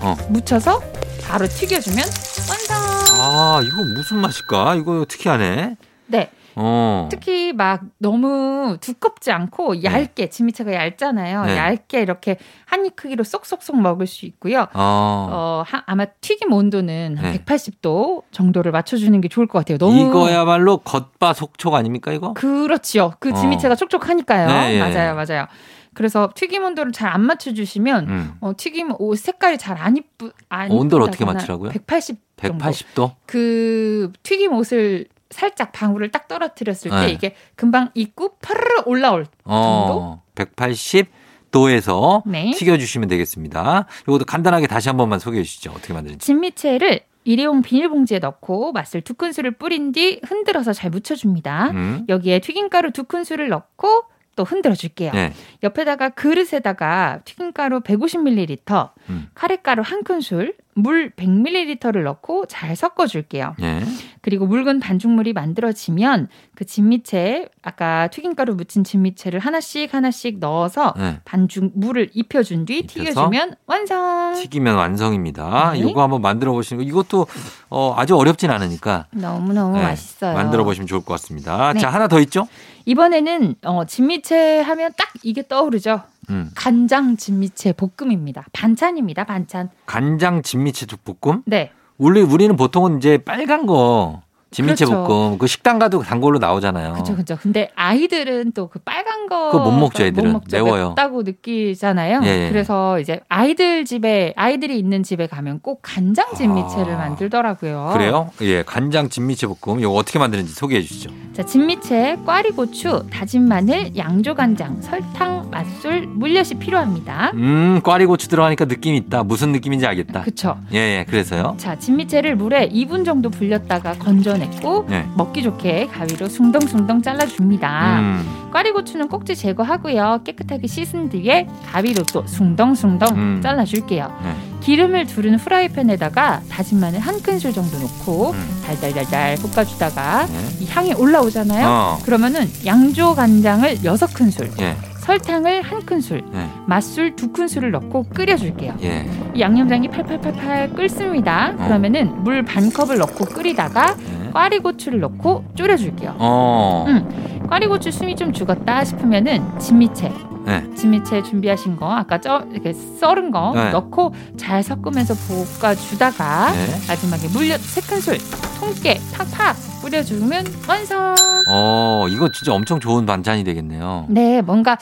Speaker 1: 어.
Speaker 5: 묻혀서 바로 튀겨주면 완성.
Speaker 1: 아, 이거 무슨 맛일까? 이거 특이하네.
Speaker 5: 네,
Speaker 1: 어.
Speaker 5: 특히 막 너무 두껍지 않고 얇게 진미채가 얇잖아요.
Speaker 1: 네.
Speaker 5: 얇게 이렇게 한 입 크기로 쏙쏙쏙 먹을 수 있고요.
Speaker 1: 어.
Speaker 5: 어, 하- 아마 튀김 온도는 한
Speaker 1: 네.
Speaker 5: 180도 정도를 맞춰주는 게 좋을 것 같아요. 너무
Speaker 1: 이거야말로 겉바 속촉 아닙니까 이거?
Speaker 5: 그렇지요. 그
Speaker 1: 어.
Speaker 5: 진미채가 촉촉하니까요.
Speaker 1: 네, 예.
Speaker 5: 맞아요, 맞아요. 그래서 튀김 온도를 잘 안 맞춰주시면
Speaker 1: 음.
Speaker 5: 어, 튀김 옷 색깔이 잘 안 이쁘 안
Speaker 1: 어, 온도를 어떻게
Speaker 5: 이쁘다거나
Speaker 1: 맞추라고요?
Speaker 5: 180 정도.
Speaker 1: 180도?
Speaker 5: 그 튀김 옷을 살짝 방울을 딱 떨어뜨렸을 때
Speaker 1: 네.
Speaker 5: 이게 금방 익고 파르르 올라올
Speaker 1: 어. 180도에서
Speaker 5: 그 네.
Speaker 1: 튀겨주시면 되겠습니다. 이것도 간단하게 다시 한 번만 소개해 주시죠. 어떻게 만드는지.
Speaker 5: 진미채를 일회용 비닐봉지에 넣고 맛술 두 큰술을 뿌린 뒤 흔들어서 잘 묻혀줍니다.
Speaker 1: 음.
Speaker 5: 여기에 튀김가루 두 큰술을 넣고 또 흔들어 줄게요.
Speaker 1: 네.
Speaker 5: 옆에다가 그릇에다가 튀김가루 150ml,
Speaker 1: 음.
Speaker 5: 카레가루 한 큰술, 물 100ml를 넣고 잘 섞어 줄게요.
Speaker 1: 예.
Speaker 5: 그리고 묽은 반죽물이 만들어지면 그 진미채 아까 튀김가루 묻힌 진미채를 하나씩 하나씩 넣어서
Speaker 1: 네.
Speaker 5: 반죽 물을 입혀 준 뒤
Speaker 1: 입혀서?
Speaker 5: 튀겨주면 완성.
Speaker 1: 튀기면 완성입니다.
Speaker 5: 아. 네.
Speaker 1: 이거 한번 만들어 보시는 거. 이것도 어, 아주 어렵진 않으니까
Speaker 5: 너무 너무
Speaker 1: 네,
Speaker 5: 맛있어요.
Speaker 1: 만들어 보시면 좋을 것 같습니다.
Speaker 5: 네.
Speaker 1: 자 하나 더 있죠?
Speaker 5: 이번에는 어, 진미채 하면 딱 이게 떠오르죠.
Speaker 1: 음.
Speaker 5: 간장 진미채 볶음입니다. 반찬입니다. 반찬.
Speaker 1: 간장 진미채 볶음.
Speaker 5: 네.
Speaker 1: 원래 우리는 보통은 이제 빨간 거 진미채
Speaker 5: 그렇죠.
Speaker 1: 볶음 그 식당 가도 단 걸로 나오잖아요.
Speaker 5: 그렇죠, 그렇죠. 근데 아이들은 또 그 빨간 거
Speaker 1: 어. 그거 못 먹죠, 애들은.
Speaker 5: 못 먹죠.
Speaker 1: 매워요.
Speaker 5: 맵다고 느끼잖아요.
Speaker 1: 예, 예.
Speaker 5: 그래서 이제 아이들 집에 아이들이 있는 집에 가면 꼭 간장찜 미채를
Speaker 1: 아,
Speaker 5: 만들더라고요.
Speaker 1: 그래요? 예, 간장 진미채 볶음 이거 어떻게 만드는지 소개해 주시죠.
Speaker 5: 자, 진미채, 꽈리고추, 다진 마늘, 양조간장, 설탕, 맛술, 물엿이 필요합니다.
Speaker 1: 음, 꽈리고추 들어가니까 느낌이 있다. 무슨 느낌인지 알겠다.
Speaker 5: 그쵸.
Speaker 1: 예, 예, 그래서요.
Speaker 5: 자, 진미채를 물에 2분 정도 불렸다가 건져냈고
Speaker 1: 예.
Speaker 5: 먹기 좋게 가위로 숭덩숭덩 잘라줍니다.
Speaker 1: 음,
Speaker 5: 꽈리고추는 꼭지 제거하고요. 깨끗하게 씻은 뒤에 가위로 또 숭덩숭덩
Speaker 1: 음.
Speaker 5: 잘라줄게요.
Speaker 1: 네.
Speaker 5: 기름을 두른 후라이팬에다가 다진 마늘 한 큰술 정도 넣고
Speaker 1: 음.
Speaker 5: 달달달달 볶아주다가
Speaker 1: 예.
Speaker 5: 이 향이 올라오잖아요.
Speaker 1: 어,
Speaker 5: 그러면은 양조 간장을 여섯 큰술,
Speaker 1: 예,
Speaker 5: 설탕을 한 큰술,
Speaker 1: 네.
Speaker 5: 맛술 두 큰술을 넣고 끓여줄게요.
Speaker 1: 예.
Speaker 5: 이 양념장이 팔팔팔팔 끓습니다.
Speaker 1: 네.
Speaker 5: 그러면은 물 반 컵을 넣고 끓이다가
Speaker 1: 예.
Speaker 5: 꽈리고추를 넣고 졸여줄게요.
Speaker 1: 어,
Speaker 5: 음. 꽈리고추 숨이 좀 죽었다 싶으면은 진미채.
Speaker 1: 네.
Speaker 5: 진미채 준비하신 거 아까 쪄 이렇게 썰은 거
Speaker 1: 네.
Speaker 5: 넣고 잘 섞으면서 볶아 주다가
Speaker 1: 예.
Speaker 5: 마지막에 물엿 세 큰술 통깨 팍팍 뿌려주면 완성.
Speaker 1: 어, 이거 진짜 엄청 좋은 반찬이 되겠네요.
Speaker 5: 네, 뭔가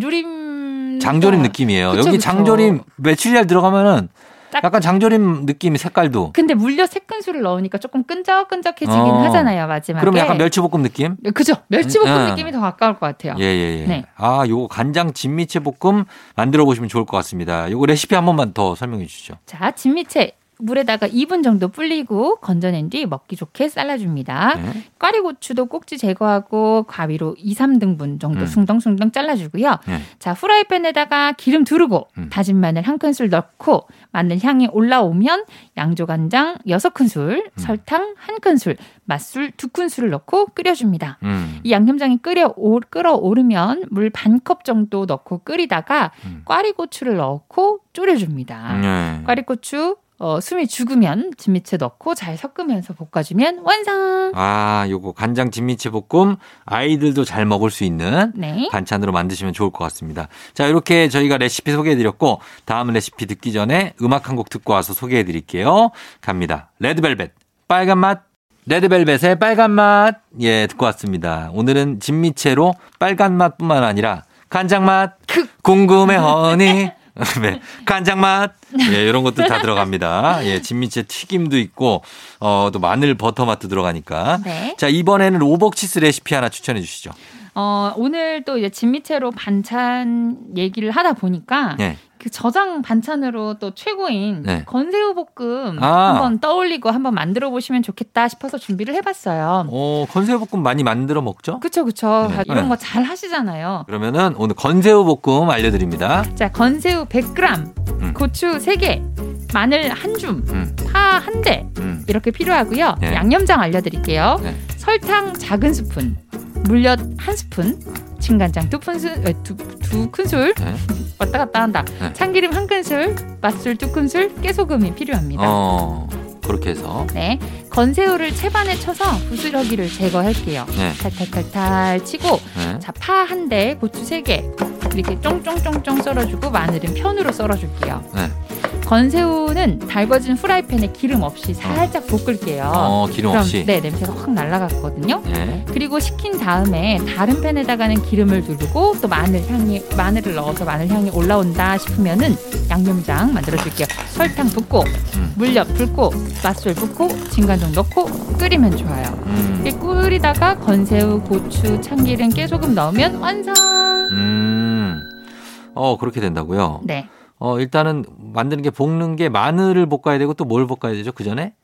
Speaker 5: 장조림
Speaker 1: 장조림 느낌이에요.
Speaker 5: 그쵸,
Speaker 1: 여기
Speaker 5: 그쵸.
Speaker 1: 장조림 메추리알 들어가면은
Speaker 5: 딱-
Speaker 1: 약간 장조림 느낌 색깔도.
Speaker 5: 근데 물엿 세 큰술을 넣으니까 조금 끈적끈적해지긴
Speaker 1: 어.
Speaker 5: 하잖아요 마지막에.
Speaker 1: 그럼 약간 멸치볶음 느낌?
Speaker 5: 그죠? 멸치볶음
Speaker 1: 음, 음.
Speaker 5: 느낌이 더 가까울 것 네.
Speaker 1: 예,
Speaker 5: 같아요.
Speaker 1: 예, 예.
Speaker 5: 네.
Speaker 1: 아, 요거 간장 진미채 볶음 만들어 보시면 좋을 것 같습니다. 요거 레시피 한 번만 더 설명해 주시죠.
Speaker 5: 자, 진미채 물에다가 2분 정도 불리고 건져낸 뒤 먹기 좋게 잘라줍니다.
Speaker 1: 네.
Speaker 5: 꽈리고추도 꼭지 제거하고 가위로 2, 3등분 정도
Speaker 1: 음.
Speaker 5: 숭덩숭덩 잘라주고요.
Speaker 1: 네.
Speaker 5: 자, 후라이팬에다가 기름 두르고
Speaker 1: 음.
Speaker 5: 다진 마늘 한 큰술 넣고 마늘 향이 올라오면 양조간장 6큰술,
Speaker 1: 음.
Speaker 5: 설탕 한 큰술, 맛술 두 큰술을 넣고 끓여줍니다.
Speaker 1: 음.
Speaker 5: 이 양념장이 끓여 오- 끓어오르면 물 반 컵 정도 넣고 끓이다가
Speaker 1: 음.
Speaker 5: 꽈리고추를 넣고 졸여줍니다.
Speaker 1: 네.
Speaker 5: 꽈리고추 어, 숨이 죽으면 진미채 넣고 잘 섞으면서 볶아주면 완성.
Speaker 1: 아, 요거 간장 진미채 볶음 아이들도 잘 먹을 수 있는
Speaker 5: 네.
Speaker 1: 반찬으로 만드시면 좋을 것 같습니다. 자, 이렇게 저희가 레시피 소개해 드렸고 다음 레시피 듣기 전에 음악 한 곡 듣고 와서 소개해 드릴게요. 갑니다. 레드벨벳 빨간 맛 레드벨벳의 빨간 맛 예, 듣고 왔습니다. 오늘은 진미채로 빨간 맛뿐만 아니라 간장 맛 궁금해 허니 네. 간장맛. 예, 이런 것도 다 들어갑니다. 예, 진미채 튀김도 있고, 어, 또 마늘 버터 맛도 들어가니까.
Speaker 5: 네.
Speaker 1: 자, 이번에는 오복치스 레시피 하나 추천해 주시죠.
Speaker 5: 어, 오늘 또 이제 진미채로 반찬 얘기를 하다 보니까
Speaker 1: 예.
Speaker 5: 그 저장 반찬으로 또 최고인
Speaker 1: 네.
Speaker 5: 건새우 볶음
Speaker 1: 아.
Speaker 5: 한번 떠올리고 한번 만들어 보시면 좋겠다 싶어서 준비를 해봤어요.
Speaker 1: 어, 건새우볶음 많이 만들어 먹죠?
Speaker 5: 그쵸 그쵸 아,
Speaker 1: 네.
Speaker 5: 이런
Speaker 1: 네.
Speaker 5: 거 잘 하시잖아요.
Speaker 1: 그러면은 오늘 건새우볶음 알려드립니다.
Speaker 5: 자 건새우 100g,
Speaker 1: 음.
Speaker 5: 고추 3개, 마늘 한 줌,
Speaker 1: 음,
Speaker 5: 파 한 대
Speaker 1: 음.
Speaker 5: 이렇게 필요하고요.
Speaker 1: 네.
Speaker 5: 양념장 알려드릴게요.
Speaker 1: 네.
Speaker 5: 설탕 작은 스푼, 물엿 한 스푼, 진간장 두 큰술, 에, 두, 두 큰술
Speaker 1: 네.
Speaker 5: 왔다 갔다 한다.
Speaker 1: 네.
Speaker 5: 참기름 한 큰술, 맛술 두 큰술, 깨소금이 필요합니다.
Speaker 1: 어, 그렇게 해서.
Speaker 5: 네, 건새우를 채반에 쳐서 부스러기를 제거할게요.
Speaker 1: 네.
Speaker 5: 탈탈탈탈 치고
Speaker 1: 네.
Speaker 5: 자 파 한 대, 고추 세 개 이렇게 쫑쫑쫑쫑 썰어주고 마늘은 편으로 썰어줄게요.
Speaker 1: 네.
Speaker 5: 건새우는 달궈진 후라이팬에 기름 없이 살짝 볶을게요.
Speaker 1: 어, 기름
Speaker 5: 그럼
Speaker 1: 없이.
Speaker 5: 네 냄새가 확 날아갔거든요.
Speaker 1: 예.
Speaker 5: 그리고 식힌 다음에 다른 팬에다가는 기름을 두르고 또 마늘 향이 마늘을 넣어서 마늘 향이 올라온다 싶으면은 양념장 만들어줄게요. 설탕 붓고
Speaker 1: 음.
Speaker 5: 물엿 붓고 맛술 붓고 진간장 넣고 끓이면 좋아요.
Speaker 1: 음.
Speaker 5: 이렇게 끓이다가 건새우, 고추, 참기름, 깨소금 넣으면 완성.
Speaker 1: 음. 어, 그렇게 된다고요?
Speaker 5: 네.
Speaker 1: 어, 일단은 만드는 게 볶는 게 마늘을 볶아야 되고 또 뭘 볶아야 되죠? 그 전에?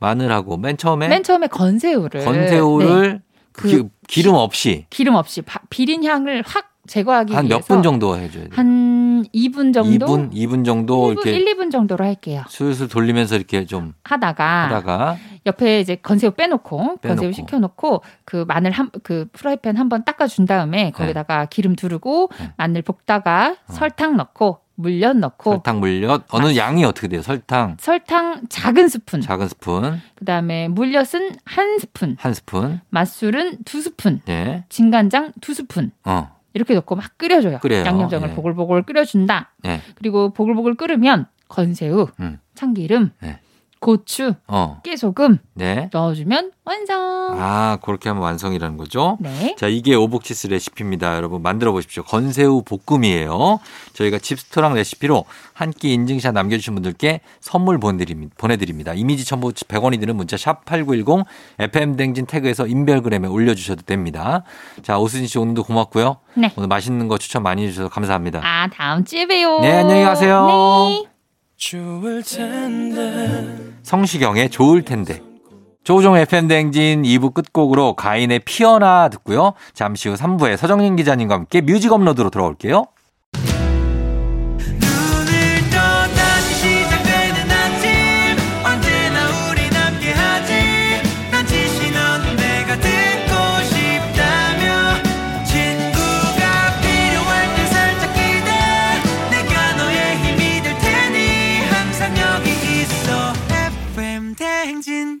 Speaker 1: 마늘하고 맨 처음에
Speaker 5: 맨 처음에 건새우를 네,
Speaker 1: 네. 건새우를
Speaker 5: 그
Speaker 1: 기- 기름 없이
Speaker 5: 기름 없이 바- 비린 향을 확 제거하기
Speaker 1: 한
Speaker 5: 위해서
Speaker 1: 몇 분 정도 해줘야 돼요?
Speaker 5: 한 2분 정도
Speaker 1: 2분? 2분 정도
Speaker 5: 1,
Speaker 1: 이렇게
Speaker 5: 2분 아. 정도로 할게요.
Speaker 1: 슬슬 돌리면서 이렇게 좀
Speaker 5: 하다가
Speaker 1: 하다가
Speaker 5: 옆에 이제 건새우 빼놓고,
Speaker 1: 빼놓고.
Speaker 5: 건새우 식혀놓고 그 마늘 한 그 프라이팬 한번 닦아준 다음에 거기다가 기름 두르고
Speaker 1: 네.
Speaker 5: 마늘 볶다가
Speaker 1: 어.
Speaker 5: 설탕 넣고 물엿 넣고
Speaker 1: 설탕 물엿 어느 양이 어떻게 돼요? 설탕
Speaker 5: 설탕 작은 스푼
Speaker 1: 작은 스푼
Speaker 5: 그다음에 물엿은 한 스푼
Speaker 1: 한 스푼
Speaker 5: 맛술은 두 스푼
Speaker 1: 예.
Speaker 5: 진간장 두 스푼
Speaker 1: 어.
Speaker 5: 이렇게 넣고 막 끓여줘요.
Speaker 1: 끓여요.
Speaker 5: 양념장을
Speaker 1: 예.
Speaker 5: 보글보글 끓여준다.
Speaker 1: 예.
Speaker 5: 그리고 보글보글 끓으면 건새우,
Speaker 1: 음.
Speaker 5: 참기름,
Speaker 1: 예.
Speaker 5: 고추,
Speaker 1: 어.
Speaker 5: 깨소금
Speaker 1: 네.
Speaker 5: 넣어주면 완성.
Speaker 1: 아, 그렇게 하면 완성이라는 거죠?
Speaker 5: 네.
Speaker 1: 자, 이게 오복치스 레시피입니다. 여러분 만들어 보십시오. 건새우 볶음이에요. 저희가 칩스토랑 레시피로 한 끼 인증샷 남겨주신 분들께 선물 보내드립- 보내드립니다. 이미지 첨부 100원이 드는 문자 샵 8910 FM댕진 태그에서 인별그램에 올려주셔도 됩니다. 자, 오수진 씨 오늘도 고맙고요.
Speaker 5: 네.
Speaker 1: 오늘 맛있는 거 추천 많이 해주셔서 감사합니다.
Speaker 5: 아 다음 주에 봬요.
Speaker 1: 네, 안녕히 가세요.
Speaker 5: 네.
Speaker 6: 추울 텐데
Speaker 1: 성시경의 좋을 텐데. 조종 FM 댕진 2부 끝곡으로 가인의 피어나 듣고요. 잠시 후 3부에 서정민 기자님과 함께 뮤직 업로드로 돌아올게요.
Speaker 6: 눈을 떠 다시 시작되는 아침 언제나 우리 함께하지 난 지시 넌 내가 듣고 싶다며 친구가 필요할 때 살짝 기대 내가 너의 힘이 될 테니 항상 여기 있어 FM 대행진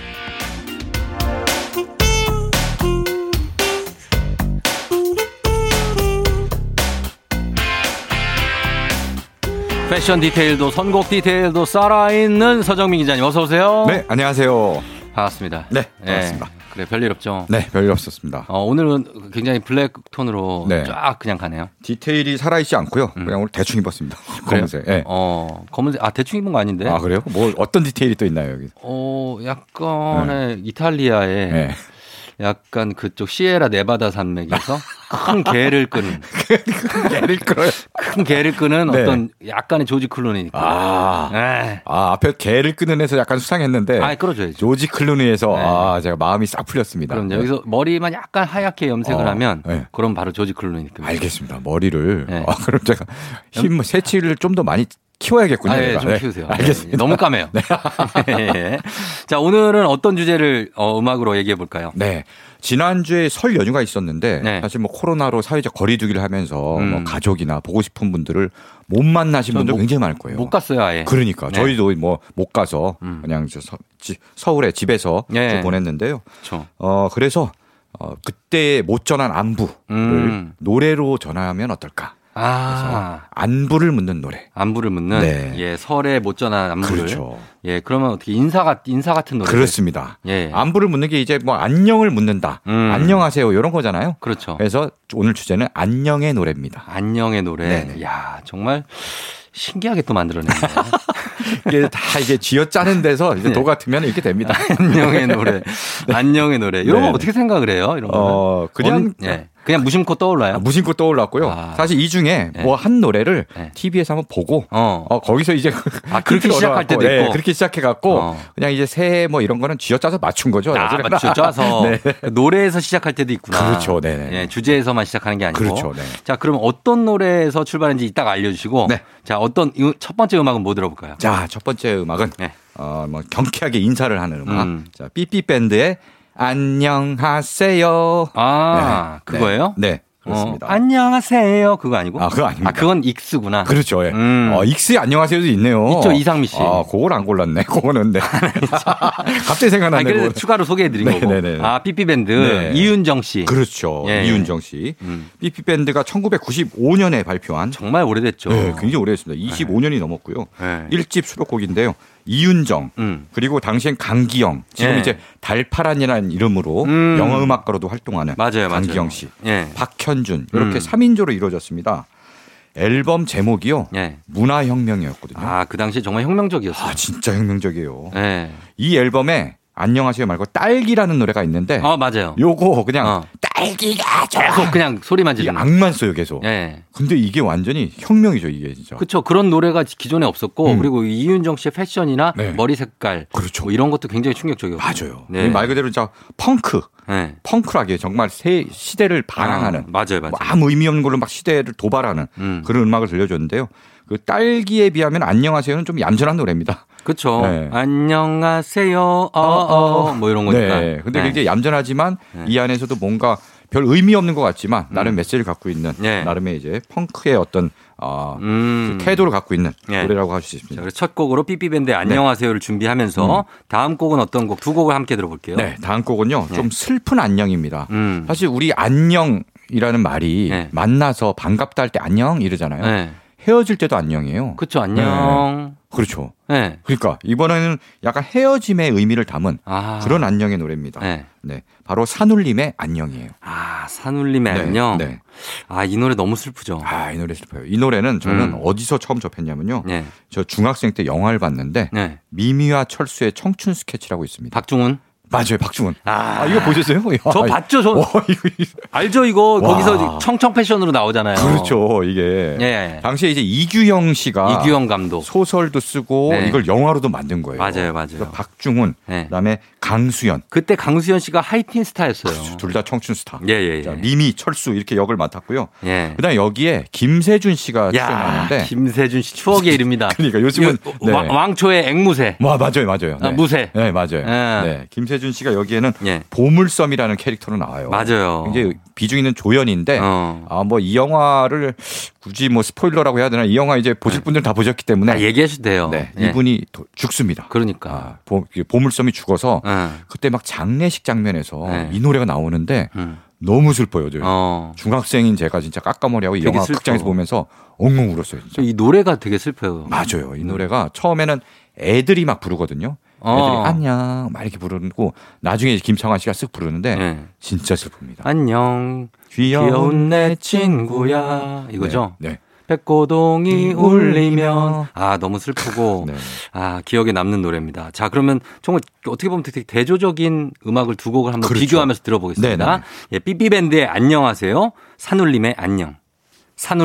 Speaker 1: 패션 디테일도 선곡 디테일도 살아있는 서정민 기자님 어서 오세요.
Speaker 7: 네, 안녕하세요.
Speaker 1: 반갑습니다.
Speaker 7: 네, 반갑습니다.
Speaker 1: 예, 그래 별일 없죠.
Speaker 7: 네, 별일 없었습니다.
Speaker 1: 어, 오늘은 굉장히 블랙 톤으로
Speaker 7: 네.
Speaker 1: 쫙 그냥 가네요.
Speaker 7: 디테일이 살아있지 않고요.
Speaker 1: 음.
Speaker 7: 그냥 오늘 대충 입었습니다. 검은색. 예.
Speaker 1: 어, 검은색 아 대충 입은 거 아닌데.
Speaker 7: 아, 그래요? 뭐 어떤 디테일이 또 있나요, 여기?
Speaker 1: 어, 약간의
Speaker 7: 네.
Speaker 1: 이탈리아의
Speaker 7: 예.
Speaker 1: 약간 그쪽 시에라 네바다 산맥에서 큰 개를 끄는
Speaker 7: 얘를 끌어요.
Speaker 1: 큰 개를 끄는
Speaker 7: 네.
Speaker 1: 어떤 약간의 조지 클루니니까.
Speaker 7: 아.
Speaker 1: 예.
Speaker 7: 아, 앞에 개를 끄는 해서 약간 수상했는데
Speaker 1: 아예 끌어줘야죠.
Speaker 7: 조지 클루니에서
Speaker 1: 네.
Speaker 7: 아, 제가 마음이 싹 풀렸습니다.
Speaker 1: 그럼
Speaker 7: 네.
Speaker 1: 여기서 머리만 약간 하얗게 염색을
Speaker 7: 어,
Speaker 1: 하면
Speaker 7: 네.
Speaker 1: 그럼 바로 조지 클루니니까.
Speaker 7: 알겠습니다. 머리를.
Speaker 1: 네.
Speaker 7: 아, 그럼 제가 힘 세치를 좀 더 많이 키워야겠군요.
Speaker 1: 아, 예,
Speaker 7: 내가.
Speaker 1: 좀
Speaker 7: 네.
Speaker 1: 키우세요.
Speaker 7: 알겠습니다. 네.
Speaker 1: 예, 너무 까매요. 예. 자, 오늘은 어떤 주제를 어, 음악으로 얘기해 볼까요?
Speaker 7: 네. 지난주에 설 연휴가 있었는데
Speaker 1: 네.
Speaker 7: 사실 뭐 코로나로 사회적 거리두기를 하면서
Speaker 1: 음.
Speaker 7: 뭐 가족이나 보고 싶은 분들을 못 만나신
Speaker 1: 저는
Speaker 7: 분들
Speaker 1: 못-
Speaker 7: 굉장히 많을 거예요.
Speaker 1: 못 갔어요, 아예.
Speaker 7: 그러니까
Speaker 1: 네.
Speaker 7: 저희도 뭐 못 가서
Speaker 1: 음.
Speaker 7: 그냥 저 서, 울에 집에서
Speaker 1: 예.
Speaker 7: 쭉 보냈는데요.
Speaker 1: 그렇죠.
Speaker 7: 어 그래서 어, 그때 못 전한 안부를
Speaker 8: 음.
Speaker 7: 노래로 전하면 어떨까?
Speaker 8: 아.
Speaker 7: 안부를 묻는 노래.
Speaker 8: 안부를 묻는
Speaker 7: 네.
Speaker 8: 예 설에 못 전한
Speaker 1: 아,
Speaker 8: 안부를
Speaker 7: 그렇죠.
Speaker 8: 예 그러면 어떻게 인사 같 인사 같은 노래
Speaker 7: 그렇습니다.
Speaker 1: 네.
Speaker 7: 아.
Speaker 8: 예
Speaker 7: 안부를 묻는 게 이제 뭐 안녕을 묻는다.
Speaker 8: 음.
Speaker 7: 안녕하세요. 이런 거잖아요.
Speaker 8: 그렇죠
Speaker 7: 그래서 오늘 주제는 안녕의 노래입니다.
Speaker 8: 안녕의 노래
Speaker 7: 네네.
Speaker 8: 야 정말 신기하게 또 만들어냈네요
Speaker 7: 이게 다 이게 쥐어짜는 데서 이제
Speaker 8: 네. 아,
Speaker 7: 도 같으면 이렇게 됩니다.
Speaker 8: 안녕의 노래 안녕의 노래 이런 거
Speaker 7: 네. 네네.
Speaker 8: 어떻게 생각을 해요 이런 거
Speaker 7: 어, 그냥
Speaker 8: 예 그냥 무심코 떠올라요
Speaker 7: 아, 무심코 떠올랐고요.
Speaker 8: 아.
Speaker 7: 사실 이 중에
Speaker 8: 네.
Speaker 7: 뭐 한 노래를
Speaker 8: 네.
Speaker 7: TV에서 한번 보고
Speaker 8: 어
Speaker 7: 어, 거기서 이제
Speaker 8: 아, 그렇게
Speaker 7: 힌트를
Speaker 8: 시작할
Speaker 7: 얻어갖고,
Speaker 8: 때도
Speaker 7: 예,
Speaker 8: 있고.
Speaker 7: 그렇게 시작해 갖고
Speaker 8: 어.
Speaker 7: 그냥 이제 새해 뭐 이런 거는 쥐어짜서 맞춘 거죠.
Speaker 8: 아,
Speaker 7: 사실은. 네.
Speaker 8: 맞죠. 짜서 노래에서 시작할 때도 있구나.
Speaker 7: 그렇죠. 네네.
Speaker 8: 예, 주제에서만 시작하는 게 아니고.
Speaker 7: 그렇죠. 네.
Speaker 8: 자, 그럼 어떤 노래에서 출발했는지 이따가 알려주시고.
Speaker 7: 네.
Speaker 8: 자, 어떤 이- 첫 번째 음악은 뭐 들어볼까요?
Speaker 7: 자, 첫 번째 음악은
Speaker 8: 네.
Speaker 7: 어, 뭐 경쾌하게 인사를 하는 음악.
Speaker 8: 음.
Speaker 7: 자, 삐삐 밴드의 안녕하세요.
Speaker 8: 아, 그거예요?
Speaker 7: 네. 네,
Speaker 8: 어,
Speaker 7: 그렇습니다.
Speaker 8: 안녕하세요. 그거 아니고?
Speaker 7: 아, 그거 아닙니다.
Speaker 8: 아, 그건 익스구나.
Speaker 7: 그렇죠. 예.
Speaker 8: 음.
Speaker 7: 어, 익스의 안녕하세요도 있네요.
Speaker 8: 있죠, 이상미 씨.
Speaker 7: 아, 그걸 안 골랐네. 그거는 네. 갑자기
Speaker 8: 아니,
Speaker 7: 생각나네.
Speaker 8: 그래서
Speaker 7: 그거는.
Speaker 8: 추가로 소개해드린
Speaker 7: 네,
Speaker 8: 거고.
Speaker 7: 네, 네.
Speaker 8: 아, 삐삐밴드.
Speaker 7: 네.
Speaker 8: 이윤정 씨.
Speaker 7: 그렇죠.
Speaker 8: 예, 예.
Speaker 7: 이윤정 씨.
Speaker 8: 음.
Speaker 7: 삐삐밴드가 1995년에 발표한
Speaker 8: 정말 오래됐죠.
Speaker 7: 네, 굉장히 오래됐습니다. 25년이 넘었고요.
Speaker 8: 아. 네.
Speaker 7: 일집 수록곡인데요. 이윤정
Speaker 8: 음.
Speaker 7: 그리고 당시엔 강기영 지금
Speaker 8: 예.
Speaker 7: 이제 달파란이라는 이름으로
Speaker 8: 음.
Speaker 7: 영화 음악가로도 활동하는
Speaker 8: 맞아요, 맞아요.
Speaker 7: 강기영 씨,
Speaker 8: 예.
Speaker 7: 박현준 이렇게
Speaker 8: 음.
Speaker 7: 삼인조로 이루어졌습니다. 앨범 제목이요.
Speaker 8: 예.
Speaker 7: 문화혁명이었거든요. 아,
Speaker 8: 아, 그 당시에 정말 혁명적이었어요.
Speaker 7: 진짜 혁명적이에요.
Speaker 8: 예.
Speaker 7: 이 앨범에 안녕하세요 말고 딸기라는 노래가 있는데
Speaker 8: 아, 맞아요. 아,
Speaker 7: 요거 그냥
Speaker 8: 어.
Speaker 7: 딸기가
Speaker 8: 계속
Speaker 7: 계속
Speaker 8: 그냥 소리만
Speaker 7: 아. 이
Speaker 8: 지르는.
Speaker 7: 악만 써요 계속.
Speaker 8: 예.
Speaker 7: 근데 이게 완전히 혁명이죠 이게 진짜.
Speaker 8: 그렇죠. 그런 노래가 기존에 없었고
Speaker 7: 음.
Speaker 8: 그리고 이윤정 씨의 패션이나
Speaker 7: 네.
Speaker 8: 머리 색깔
Speaker 7: 그렇죠.
Speaker 8: 뭐 이런 것도 굉장히 충격적이었고.
Speaker 7: 맞아요.
Speaker 8: 네.
Speaker 7: 말 그대로 진짜 펑크,
Speaker 8: 네.
Speaker 7: 펑크락이에요. 정말 새 시대를
Speaker 8: 아,
Speaker 7: 반항하는
Speaker 8: 맞아요, 맞아요.
Speaker 7: 뭐 아무 의미 없는 걸로 막 시대를 도발하는
Speaker 8: 음.
Speaker 7: 그런 음악을 들려줬는데요. 그 딸기에 비하면 안녕하세요는 좀 얌전한 노래입니다.
Speaker 8: 그렇죠.
Speaker 7: 네.
Speaker 8: 안녕하세요. 어어 뭐 이런 거니까.
Speaker 7: 네. 근데
Speaker 8: 네.
Speaker 7: 굉장히 얌전하지만
Speaker 8: 네. 음.
Speaker 7: 이 안에서도 뭔가 별 의미 없는 것 같지만 나름 메시지를 갖고 있는
Speaker 8: 네.
Speaker 7: 나름의 이제 펑크의 어떤 어,
Speaker 8: 음.
Speaker 7: 태도를 갖고 있는
Speaker 8: 네.
Speaker 7: 노래라고 할 수
Speaker 8: 자,
Speaker 7: 있습니다.
Speaker 8: 그래서 첫 곡으로 삐삐밴드 의
Speaker 7: 네.
Speaker 8: 안녕하세요를 준비하면서 다음 곡은 어떤 곡 두 곡을 함께 들어볼게요.
Speaker 7: 네, 다음 곡은요.
Speaker 8: 네.
Speaker 7: 좀 슬픈 안녕입니다.
Speaker 8: 음.
Speaker 7: 사실 우리 안녕이라는 말이
Speaker 8: 네.
Speaker 7: 만나서 반갑다 할 때 안녕 이러잖아요.
Speaker 8: 네.
Speaker 7: 헤어질 때도 안녕이에요.
Speaker 8: 그렇죠. 안녕.
Speaker 7: 그렇죠.
Speaker 8: 네.
Speaker 7: 그러니까 이번에는 약간 헤어짐의 의미를 담은
Speaker 8: 아.
Speaker 7: 그런 안녕의 노래입니다. 네.
Speaker 8: 네.
Speaker 7: 바로 산울림의 안녕이에요.
Speaker 8: 아, 산울림의
Speaker 7: 네,
Speaker 8: 안녕.
Speaker 7: 네.
Speaker 8: 아, 이 노래 너무 슬프죠.
Speaker 7: 아, 이 노래 슬퍼요. 이 노래는 저는
Speaker 8: 음.
Speaker 7: 어디서 처음 접했냐면요.
Speaker 8: 네.
Speaker 7: 저 중학생 때 영화를 봤는데
Speaker 8: 네.
Speaker 7: 미미와 철수의 청춘 스케치라고 있습니다.
Speaker 8: 박중훈.
Speaker 7: 맞아요. 박중훈.
Speaker 8: 아.
Speaker 7: 아, 이거 보셨어요?
Speaker 8: 저
Speaker 7: 야,
Speaker 8: 봤죠. 저
Speaker 7: 와, 이거
Speaker 8: 알죠. 이거
Speaker 7: 와.
Speaker 8: 거기서 청청 패션으로 나오잖아요.
Speaker 7: 그렇죠. 아. 이게
Speaker 8: 예.
Speaker 7: 당시에 이제 이규영 씨가
Speaker 8: 이규영 감독.
Speaker 7: 소설도 쓰고
Speaker 8: 네.
Speaker 7: 이걸 영화로도 만든 거예요.
Speaker 8: 맞아요,
Speaker 7: 그래서
Speaker 8: 맞아요.
Speaker 7: 박중훈,
Speaker 8: 네.
Speaker 7: 그다음에 강수연
Speaker 8: 그때 강수현 씨가 하이틴 스타였어요.
Speaker 7: 둘 다 청춘 스타.
Speaker 8: 예, 예,
Speaker 7: 아, 자,
Speaker 8: 예.
Speaker 7: 미미, 철수 이렇게 역을 맡았고요.
Speaker 8: 예.
Speaker 7: 그다음에 여기에 김세준 씨가
Speaker 8: 야,
Speaker 7: 출연하는데
Speaker 8: 김세준 씨 추억의 이름이다.
Speaker 7: 그러니까 요즘은
Speaker 8: 요-
Speaker 7: 네.
Speaker 8: 왕- 왕초의 앵무새.
Speaker 7: 와, 맞아요, 맞아요.
Speaker 8: 아, 무쇠.
Speaker 7: 네, 맞아요.
Speaker 8: 예.
Speaker 7: 네, 김세준 씨가 여기에는
Speaker 8: 예.
Speaker 7: 보물섬이라는 캐릭터로 나와요.
Speaker 8: 맞아요.
Speaker 7: 굉장히 비중 있는 조연인데
Speaker 8: 어.
Speaker 7: 아, 뭐 이 영화를 굳이 뭐 스포일러라고 해야 되나? 이 영화 이제 보실 분들 다 보셨기 때문에
Speaker 8: 아, 얘기하셔도 돼요.
Speaker 7: 네,
Speaker 8: 예.
Speaker 7: 이분이 도- 죽습니다.
Speaker 8: 그러니까.
Speaker 7: 아, 보, 이게 보물섬이 죽어서
Speaker 8: 응.
Speaker 7: 그때 막 장례식 장면에서
Speaker 8: 네.
Speaker 7: 이 노래가 나오는데
Speaker 8: 응.
Speaker 7: 너무 슬퍼요. 저
Speaker 8: 음. 어.
Speaker 7: 중학생인 제가 진짜 깎아머리하고 이
Speaker 8: 되게
Speaker 7: 영화
Speaker 8: 슬퍼.
Speaker 7: 극장에서 보면서 엉엉 울었어요.
Speaker 8: 저
Speaker 7: 진짜.
Speaker 8: 이 노래가 되게 슬퍼요.
Speaker 7: 맞아요. 이 노래가 처음에는 애들이 막 부르거든요.
Speaker 8: 어.
Speaker 7: 애들이 안녕 막 이렇게 부르고 나중에 이제 김창완 씨가 쓱 부르는데
Speaker 8: 예.
Speaker 7: 진짜 슬픕니다.
Speaker 8: 안녕.
Speaker 7: 귀여운,
Speaker 8: 귀여운 내 친구야. 이거죠?
Speaker 7: 네.
Speaker 8: 백고동이 울리면
Speaker 7: 울리며.
Speaker 8: 아 너무 슬프고
Speaker 7: 네.
Speaker 8: 아 기억에 남는 노래입니다. 자 그러면 정말 어떻게 보면 되게 대조적인 음악을 두 곡을 한번
Speaker 7: 그렇죠.
Speaker 8: 비교하면서 들어보겠습니다.
Speaker 7: 네네.
Speaker 8: 예, 삐삐밴드의 안녕하세요, 산울림의 안녕.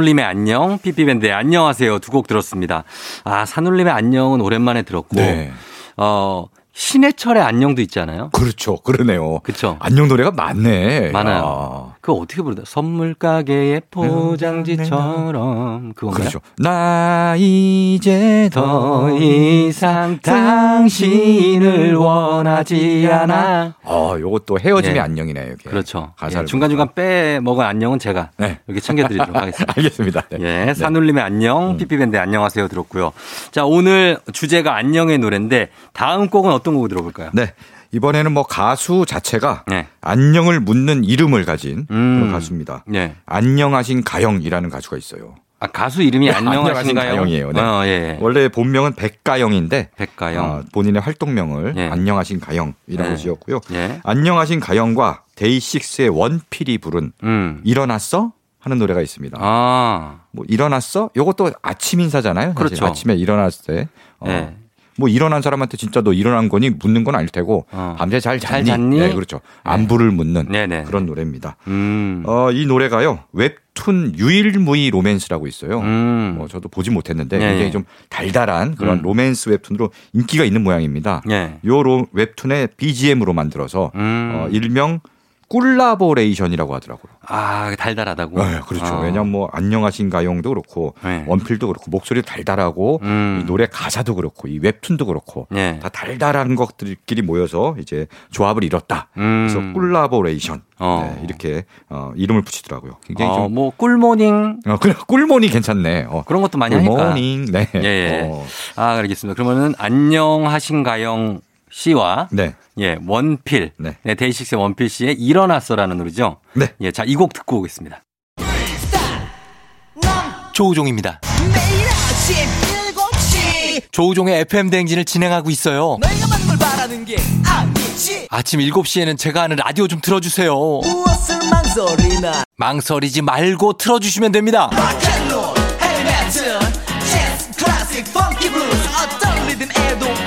Speaker 8: 산울림의 안녕, 삐삐밴드의 안녕하세요 두 곡 들었습니다. 아 산울림의 안녕은 오랜만에 들었고
Speaker 7: 네.
Speaker 8: 어 신해철의 안녕도 있잖아요.
Speaker 7: 그렇죠. 그러네요.
Speaker 8: 그쵸?
Speaker 7: 안녕 노래가 많네.
Speaker 8: 많아요.
Speaker 7: 야.
Speaker 8: 그거 어떻게 부르다? 선물 가게의 포장지처럼 그건가요?
Speaker 7: 네. 그렇죠. 나 이제
Speaker 8: 더 이상 당신을 원하지 않아.
Speaker 7: 아, 요것도 헤어짐의
Speaker 8: 예.
Speaker 7: 안녕이네요. 이게.
Speaker 8: 그렇죠.
Speaker 7: 가사를
Speaker 8: 예, 중간중간 빼먹은 안녕은 제가
Speaker 7: 네.
Speaker 8: 이렇게 챙겨드리도록 하겠습니다.
Speaker 7: 알겠습니다. 네.
Speaker 8: 예, 산울림의 안녕, 피피밴드 안녕하세요 들었고요. 자, 오늘 주제가 안녕의 노래인데 다음 곡은 어떤 곡을 들어볼까요?
Speaker 7: 네. 이번에는 뭐 가수 자체가
Speaker 8: 네.
Speaker 7: 안녕을 묻는 이름을 가진
Speaker 8: 음.
Speaker 7: 그런 가수입니다.
Speaker 8: 네.
Speaker 7: 안녕하신 가영이라는 가수가 있어요.
Speaker 8: 아, 가수 이름이 안녕하신가요?
Speaker 7: 가영이에요. 네.
Speaker 8: 어, 아. 예.
Speaker 7: 원래 본명은 백가영인데
Speaker 8: 백가영.
Speaker 7: 어, 본인의 활동명을
Speaker 8: 예.
Speaker 7: 안녕하신 가영이라고
Speaker 8: 네.
Speaker 7: 지었고요.
Speaker 8: 예.
Speaker 7: 안녕하신 가영과 데이식스의 원필이 부른
Speaker 8: 음.
Speaker 7: 일어났어 하는 노래가 있습니다.
Speaker 8: 아,
Speaker 7: 뭐 일어났어? 요것도 아침 인사잖아요. 사실
Speaker 8: 그렇죠.
Speaker 7: 아침에 일어났을 때. 어,
Speaker 8: 네.
Speaker 7: 뭐 일어난 사람한테 진짜 너 일어난 거니 묻는 건 아닐 테고
Speaker 8: 어.
Speaker 7: 밤새 잘
Speaker 8: 잘
Speaker 7: 잤니?
Speaker 8: 잤니?
Speaker 7: 네, 그렇죠. 안부를 묻는
Speaker 8: 네네.
Speaker 7: 그런 노래입니다.
Speaker 8: 음.
Speaker 7: 어, 이 노래가요. 웹툰 유일무이 로맨스라고 있어요.
Speaker 8: 음.
Speaker 7: 뭐 저도 보진 못했는데
Speaker 8: 예,
Speaker 7: 굉장히
Speaker 8: 예.
Speaker 7: 좀 달달한 그런
Speaker 8: 음.
Speaker 7: 로맨스 웹툰으로 인기가 있는 모양입니다.
Speaker 8: 예.
Speaker 7: 요 로- 웹툰의 BGM으로 만들어서
Speaker 8: 음.
Speaker 7: 어, 일명 꿀라보레이션이라고 하더라고요.
Speaker 8: 아, 달달하다고.
Speaker 7: 네, 그렇죠.
Speaker 8: 어.
Speaker 7: 왜냐면 뭐 안녕하신가용도 그렇고
Speaker 8: 네.
Speaker 7: 원필도 그렇고 목소리 달달하고
Speaker 8: 음.
Speaker 7: 이 노래 가사도 그렇고 이 웹툰도 그렇고
Speaker 8: 예.
Speaker 7: 다 달달한 것들끼리 모여서 이제 조합을 이뤘다.
Speaker 8: 음.
Speaker 7: 그래서 꿀라보레이션
Speaker 8: 어.
Speaker 7: 네, 이렇게 어, 이름을 붙이더라고요. 굉장히
Speaker 8: 어,
Speaker 7: 좀
Speaker 8: 뭐 꿀모닝
Speaker 7: 어, 그래 꿀모닝 괜찮네. 어.
Speaker 8: 그런 것도 많이 하니까.
Speaker 7: 꿀모닝 네.
Speaker 8: 예, 예.
Speaker 7: 어,
Speaker 8: 아, 알겠습니다. 그러면은 안녕하신가영 씨와
Speaker 7: 네.
Speaker 8: 예, 원필. 네.
Speaker 7: 네.
Speaker 8: 데이식스의 원필 씨의 일어났어라는 노래죠.
Speaker 7: 네.
Speaker 8: 예, 자, 이 곡 듣고 오겠습니다. 조우종입니다.
Speaker 6: 매일 아침 7시
Speaker 8: 조우종의 FM 대행진을 진행하고 있어요.
Speaker 6: 너희가 받는 걸 바라는 게 아니지
Speaker 8: 아침 7시에는 제가 하는 라디오 좀 틀어주세요.
Speaker 6: 무엇을 망설이나
Speaker 8: 망설이지 말고 틀어주시면 됩니다.
Speaker 6: 락앤롤 헤비메탈 재즈 클래식 펑키 블루스 어떤 리듬에도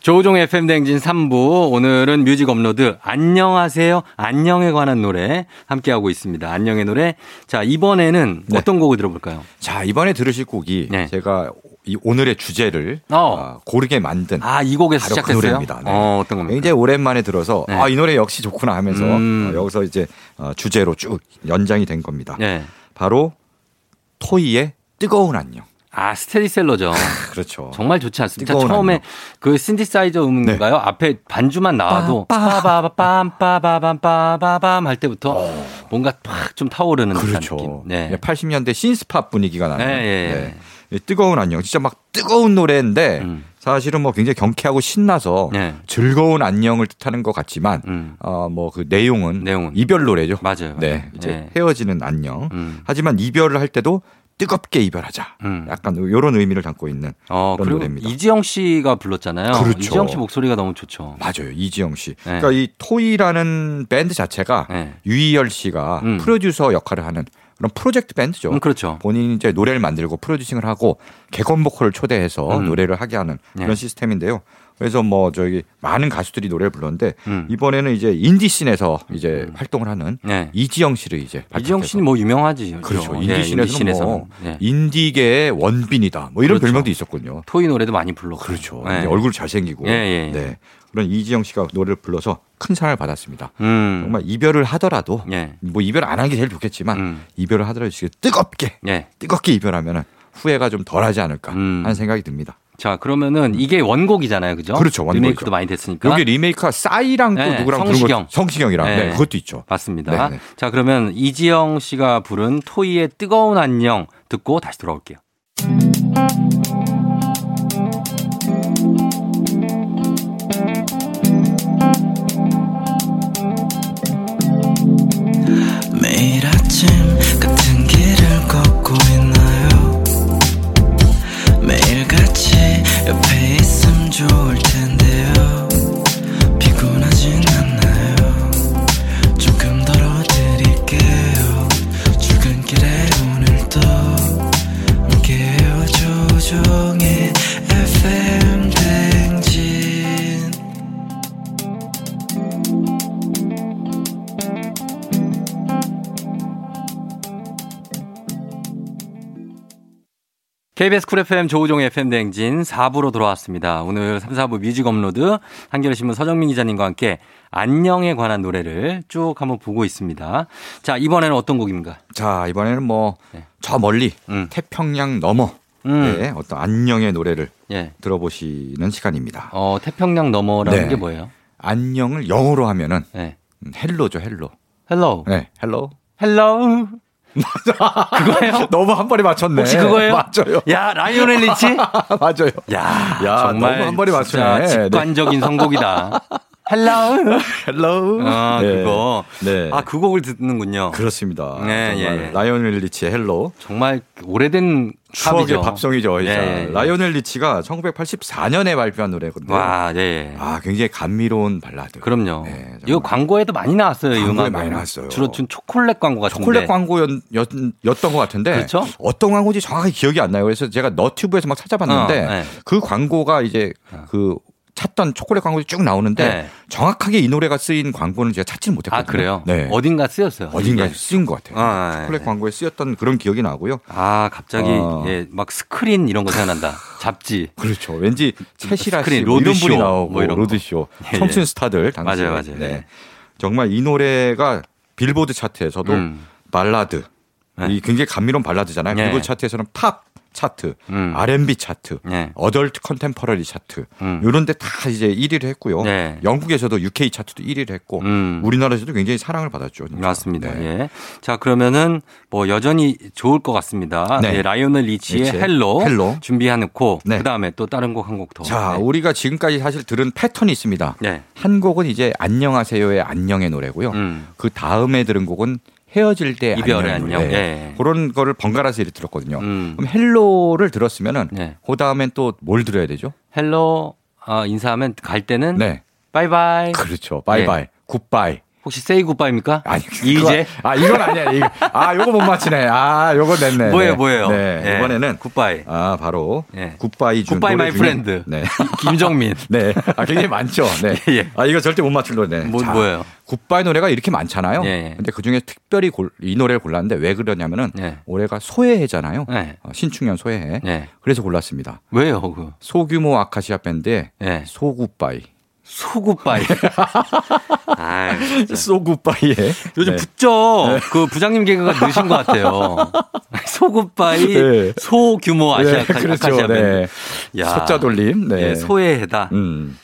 Speaker 8: 조우종의 FM 대행진 3부 오늘은 뮤직 업로드 안녕하세요 안녕에 관한 노래 함께하고 있습니다. 안녕의 노래 자 이번에는
Speaker 7: 네.
Speaker 8: 어떤 곡을 들어볼까요?
Speaker 7: 자 이번에 들으실 곡이
Speaker 8: 네.
Speaker 7: 제가 이 오늘의 주제를
Speaker 8: 어.
Speaker 7: 어, 고르게 만든
Speaker 8: 아 이 곡에서
Speaker 7: 바로 그
Speaker 8: 시작했어요?
Speaker 7: 노래입니다. 네.
Speaker 8: 어, 어떤 겁니까?
Speaker 7: 굉장히 오랜만에 들어서
Speaker 8: 네.
Speaker 7: 아, 이 노래 역시 좋구나 하면서
Speaker 8: 음.
Speaker 7: 어, 여기서 이제 어, 주제로 쭉 연장이 된 겁니다.
Speaker 8: 네.
Speaker 7: 바로 토이의 뜨거운 안녕.
Speaker 8: 아 스테디셀러죠.
Speaker 7: 그렇죠.
Speaker 8: 정말 좋지 않습니다.
Speaker 7: 뜨거운 네.
Speaker 8: 처음에
Speaker 7: 안녕.
Speaker 8: 그 신디사이저 음인가요? 앞에 반주만 나와도 빠바밤 빠바밤 빠바밤 할 때부터 뭔가 팍 좀 타오르는 듯한 느낌.
Speaker 7: 어. 그렇죠.
Speaker 8: 네.
Speaker 7: 80년대 신스팝 분위기가 나는.
Speaker 8: 네, 예, 예.
Speaker 7: 이 뜨거운 안녕. 진짜 막 뜨거운 노래인데
Speaker 8: 음.
Speaker 7: 사실은 뭐 굉장히 경쾌하고 신나서
Speaker 8: 네.
Speaker 7: 즐거운 안녕을 뜻하는 것 같지만
Speaker 8: 음.
Speaker 7: 어, 뭐 그 내용은,
Speaker 8: 내용은.
Speaker 7: 이별 노래죠.
Speaker 8: 맞아요. 맞아요.
Speaker 7: 네. 이제
Speaker 8: 예.
Speaker 7: 헤어지는 안녕.
Speaker 8: 음.
Speaker 7: 하지만 이별을 할 때도 뜨겁게 이별하자.
Speaker 8: 음.
Speaker 7: 약간 이런 의미를 담고 있는
Speaker 8: 어,
Speaker 7: 그런
Speaker 8: 그리고
Speaker 7: 노래입니다.
Speaker 8: 이지영 씨가 불렀잖아요.
Speaker 7: 그렇죠.
Speaker 8: 이지영 씨 목소리가 너무 좋죠.
Speaker 7: 맞아요. 이지영 씨.
Speaker 8: 네.
Speaker 7: 그러니까 이 토이라는 밴드 자체가
Speaker 8: 네.
Speaker 7: 유희열 씨가
Speaker 8: 음.
Speaker 7: 프로듀서 역할을 하는 그런 프로젝트 밴드죠.
Speaker 8: 음, 그렇죠.
Speaker 7: 본인이 이제 노래를 만들고 프로듀싱을 하고 객원 보컬을 초대해서
Speaker 8: 음.
Speaker 7: 노래를 하게 하는 그런
Speaker 8: 네.
Speaker 7: 시스템인데요. 그래서 뭐 저기 많은 가수들이 노래를 불렀는데
Speaker 8: 음.
Speaker 7: 이번에는 이제 인디 씬에서 이제 활동을 하는
Speaker 8: 네.
Speaker 7: 이지영 씨를
Speaker 8: 이지영
Speaker 7: 이제 발탁해서
Speaker 8: 씨는 뭐 유명하지.
Speaker 7: 아, 그렇죠.
Speaker 8: 예,
Speaker 7: 인디 씬에서는 뭐
Speaker 8: 예.
Speaker 7: 인디계의 원빈이다. 뭐 이런
Speaker 8: 그렇죠.
Speaker 7: 별명도 있었군요.
Speaker 8: 토이 노래도 많이 불렀고.
Speaker 7: 그렇죠.
Speaker 8: 예.
Speaker 7: 이제 얼굴 잘생기고.
Speaker 8: 예, 예, 예.
Speaker 7: 네. 그런 이지영 씨가 노래를 불러서 큰 사랑을 받았습니다.
Speaker 8: 음.
Speaker 7: 정말 이별을 하더라도
Speaker 8: 예.
Speaker 7: 뭐 이별 안 하는 게 제일 좋겠지만
Speaker 8: 음.
Speaker 7: 이별을 하더라도 지금 뜨겁게
Speaker 8: 예.
Speaker 7: 뜨겁게 이별하면은 후회가 좀 덜하지 않을까
Speaker 8: 음.
Speaker 7: 하는 생각이 듭니다.
Speaker 8: 자, 그러면은 이게 원곡이잖아요. 그죠?
Speaker 7: 그렇죠, 원곡이죠.
Speaker 8: 리메이크도 많이 됐으니까.
Speaker 7: 여기 리메이크가 싸이랑 또
Speaker 8: 네,
Speaker 7: 누구랑
Speaker 8: 성시경.
Speaker 7: 부른 거 성시경이랑 네,
Speaker 8: 네.
Speaker 7: 그것도 있죠.
Speaker 8: 맞습니다.
Speaker 7: 네, 네.
Speaker 8: 자, 그러면 이지영 씨가 부른 토이의 뜨거운 안녕 듣고 다시 돌아올게요.
Speaker 6: 매일 아침 같은 길을 걷고 있나요 매일 같이 옆에 있음 좋을 텐데요 피곤하진 않나요 조금 덜어드릴게요 출근길에 오늘도 함께해요 조종의 FM 댕진
Speaker 8: KBS 쿨 FM 조우종의 FM 대행진 4부로 돌아왔습니다. 오늘 3, 4부 뮤직 업로드 한겨레신문 서정민 기자님과 함께 안녕에 관한 노래를 쭉 한번 보고 있습니다. 자, 이번에는 어떤 곡입니까?
Speaker 7: 자 이번에는 뭐
Speaker 8: 네.
Speaker 7: 저 멀리
Speaker 8: 음.
Speaker 7: 태평양 너머
Speaker 1: 음.
Speaker 7: 네, 어떤 안녕의 노래를
Speaker 1: 예.
Speaker 7: 들어보시는 시간입니다.
Speaker 1: 어, 태평양 너머라는
Speaker 7: 네.
Speaker 1: 게 뭐예요?
Speaker 7: 안녕을 영어로 하면은
Speaker 1: 예.
Speaker 7: 음, 헬로죠, 헬로.
Speaker 1: 헬로우.
Speaker 7: 네, 헬로.
Speaker 1: 헬로우. 그거예요?
Speaker 7: 너무 한 번에 맞췄네.
Speaker 1: 혹시 그거예요?
Speaker 7: 맞아요.
Speaker 1: 야, 라이오넬 리치?
Speaker 7: 맞아요.
Speaker 1: 야,
Speaker 7: 야,
Speaker 1: 정말
Speaker 7: 너무 한 번에
Speaker 1: 진짜
Speaker 7: 맞추네.
Speaker 1: 직관적인 선곡이다. 헬로우.
Speaker 7: 헬로.
Speaker 1: 아,
Speaker 7: 네.
Speaker 1: 그거.
Speaker 7: 네.
Speaker 1: 아, 그 곡을 듣는군요.
Speaker 7: 그렇습니다.
Speaker 1: 네,
Speaker 7: 정말
Speaker 1: 예, 예.
Speaker 7: 라이오넬 리치의 헬로.
Speaker 1: 정말 오래된
Speaker 7: 추억의
Speaker 1: 팝이죠.
Speaker 7: 밥송이죠. 진짜.
Speaker 1: 예, 예, 예.
Speaker 7: 라이오넬 리치가 1984년에 발표한 노래거든요.
Speaker 1: 와, 예. 예.
Speaker 7: 아, 굉장히 감미로운 발라드.
Speaker 1: 그럼요.
Speaker 7: 네, 정말.
Speaker 1: 이거 광고에도 많이 나왔어요. 이
Speaker 7: 광고에
Speaker 1: 음악은.
Speaker 7: 많이 나왔어요.
Speaker 1: 주로 지금 초콜릿 광고 같은데.
Speaker 7: 초콜릿 네. 광고였던 것 같은데
Speaker 1: 그렇죠?
Speaker 7: 어떤 광고인지 정확히 기억이 안 나요. 그래서 제가 너튜브에서 막 찾아봤는데
Speaker 1: 어, 네. 어.
Speaker 7: 그 광고가 이제 그 찾던 초콜릿 광고도 쭉 나오는데
Speaker 1: 네.
Speaker 7: 정확하게 이 노래가 쓰인 광고는 제가 찾지는 못했거든요.
Speaker 1: 아 그래요?
Speaker 7: 네.
Speaker 1: 어딘가 쓰였어요. 예.
Speaker 7: 어딘가에
Speaker 1: 이게.
Speaker 7: 쓰인 것 같아요.
Speaker 1: 아, 네,
Speaker 7: 초콜릿
Speaker 1: 네.
Speaker 7: 광고에 쓰였던 그런 기억이 나고요.
Speaker 1: 아 갑자기
Speaker 7: 어.
Speaker 1: 예, 막 스크린 이런 거 생각난다. 잡지.
Speaker 7: 그렇죠. 왠지 채시라 씨,
Speaker 1: 스크린,
Speaker 7: 뭐 이런
Speaker 1: 로드쇼,
Speaker 7: 분이 나오고
Speaker 1: 뭐 이런 거.
Speaker 7: 로드쇼,
Speaker 1: 예,
Speaker 7: 청춘
Speaker 1: 예.
Speaker 7: 스타들 당시
Speaker 1: 맞아요, 맞아요. 예.
Speaker 7: 정말 이 노래가 빌보드 차트에서도
Speaker 1: 음.
Speaker 7: 발라드,
Speaker 1: 네.
Speaker 7: 이 굉장히 감미로운 발라드잖아요.
Speaker 1: 예.
Speaker 7: 빌보드 차트에서는 팝 차트,
Speaker 1: 음.
Speaker 7: R&B 차트,
Speaker 1: 예.
Speaker 7: 어덜트 컨템퍼러리 차트
Speaker 1: 음.
Speaker 7: 이런데 다 이제 1위를 했고요.
Speaker 1: 예.
Speaker 7: 영국에서도 UK 차트도 1위를 했고
Speaker 1: 음.
Speaker 7: 우리나라에서도 굉장히 사랑을 받았죠. 진짜.
Speaker 1: 맞습니다.
Speaker 7: 네.
Speaker 1: 예. 자 그러면은 뭐 여전히 좋을 것 같습니다.
Speaker 7: 네.
Speaker 1: 예, 라이오넬 리치의
Speaker 7: 리치의
Speaker 1: 헬로,
Speaker 7: 헬로.
Speaker 1: 준비해놓고
Speaker 7: 네.
Speaker 1: 그 다음에 또 다른 곡 한 곡 더.
Speaker 7: 자,
Speaker 1: 네.
Speaker 7: 우리가 지금까지 사실 들은 패턴이 있습니다.
Speaker 1: 네.
Speaker 7: 한 곡은 이제 안녕하세요의 안녕의 노래고요.
Speaker 1: 음.
Speaker 7: 그 다음에 들은 곡은 헤어질 때
Speaker 1: 이별의
Speaker 7: 안녕의
Speaker 1: 안녕.
Speaker 7: 노래.
Speaker 1: 예.
Speaker 7: 그런 거를 번갈아서 이렇게 들었거든요.
Speaker 1: 음.
Speaker 7: 그럼 헬로를 들었으면은
Speaker 1: 네.
Speaker 7: 그 다음엔 또 뭘 들어야 되죠?
Speaker 1: 헬로
Speaker 8: 어,
Speaker 1: 아, 인사하면 갈 때는
Speaker 7: 네,
Speaker 1: 바이바이.
Speaker 7: 그렇죠. 바이바이, 굿바이.
Speaker 1: 혹시 세이 굿바입니까?
Speaker 7: 아니
Speaker 1: 네. 이제
Speaker 7: 그거- 아 이건 아니야. 이거. 아 요거 못 맞히네. 아 요거 냈네.
Speaker 1: 뭐예요,
Speaker 7: 네.
Speaker 1: 뭐예요?
Speaker 7: 네,
Speaker 1: 예.
Speaker 7: 이번에는
Speaker 1: 굿바이.
Speaker 7: 아 바로
Speaker 1: 예.
Speaker 7: 굿바이 중
Speaker 1: 굿바이
Speaker 7: 노래
Speaker 1: 마이
Speaker 7: 중에-
Speaker 1: 프렌드.
Speaker 7: 네.
Speaker 1: 김정민.
Speaker 7: 네. 아, 굉장히 많죠. 네.
Speaker 1: 예, 예.
Speaker 7: 아, 이거 절대 못 맞출 노래.
Speaker 1: 뭐- 뭐예요?
Speaker 7: 굿바이 노래가 이렇게 많잖아요.
Speaker 1: 예, 예.
Speaker 7: 근데 그 중에 특별히 골- 이 노래를 골랐는데 왜 그러냐면은
Speaker 1: 예.
Speaker 7: 올해가 소외해잖아요.
Speaker 1: 예.
Speaker 7: 어, 신축년 소외해.
Speaker 1: 예.
Speaker 7: 그래서 골랐습니다.
Speaker 1: 왜요, 그?
Speaker 7: 소규모 아카시아 밴드의
Speaker 1: 예.
Speaker 7: 소굿바이.
Speaker 1: 소굿바이. 아,
Speaker 7: 소굿바이에.
Speaker 1: 요즘
Speaker 7: 네.
Speaker 1: 붙죠. 그 부장님 개그가 느신 것 같아요. 소굿바이
Speaker 7: 네.
Speaker 1: 소규모 아시아
Speaker 7: 네,
Speaker 1: 카-
Speaker 7: 그렇죠.
Speaker 1: 아카시아 밴드.
Speaker 7: 네. 소자 돌림. 네.
Speaker 1: 예, 소외해다.
Speaker 7: 음.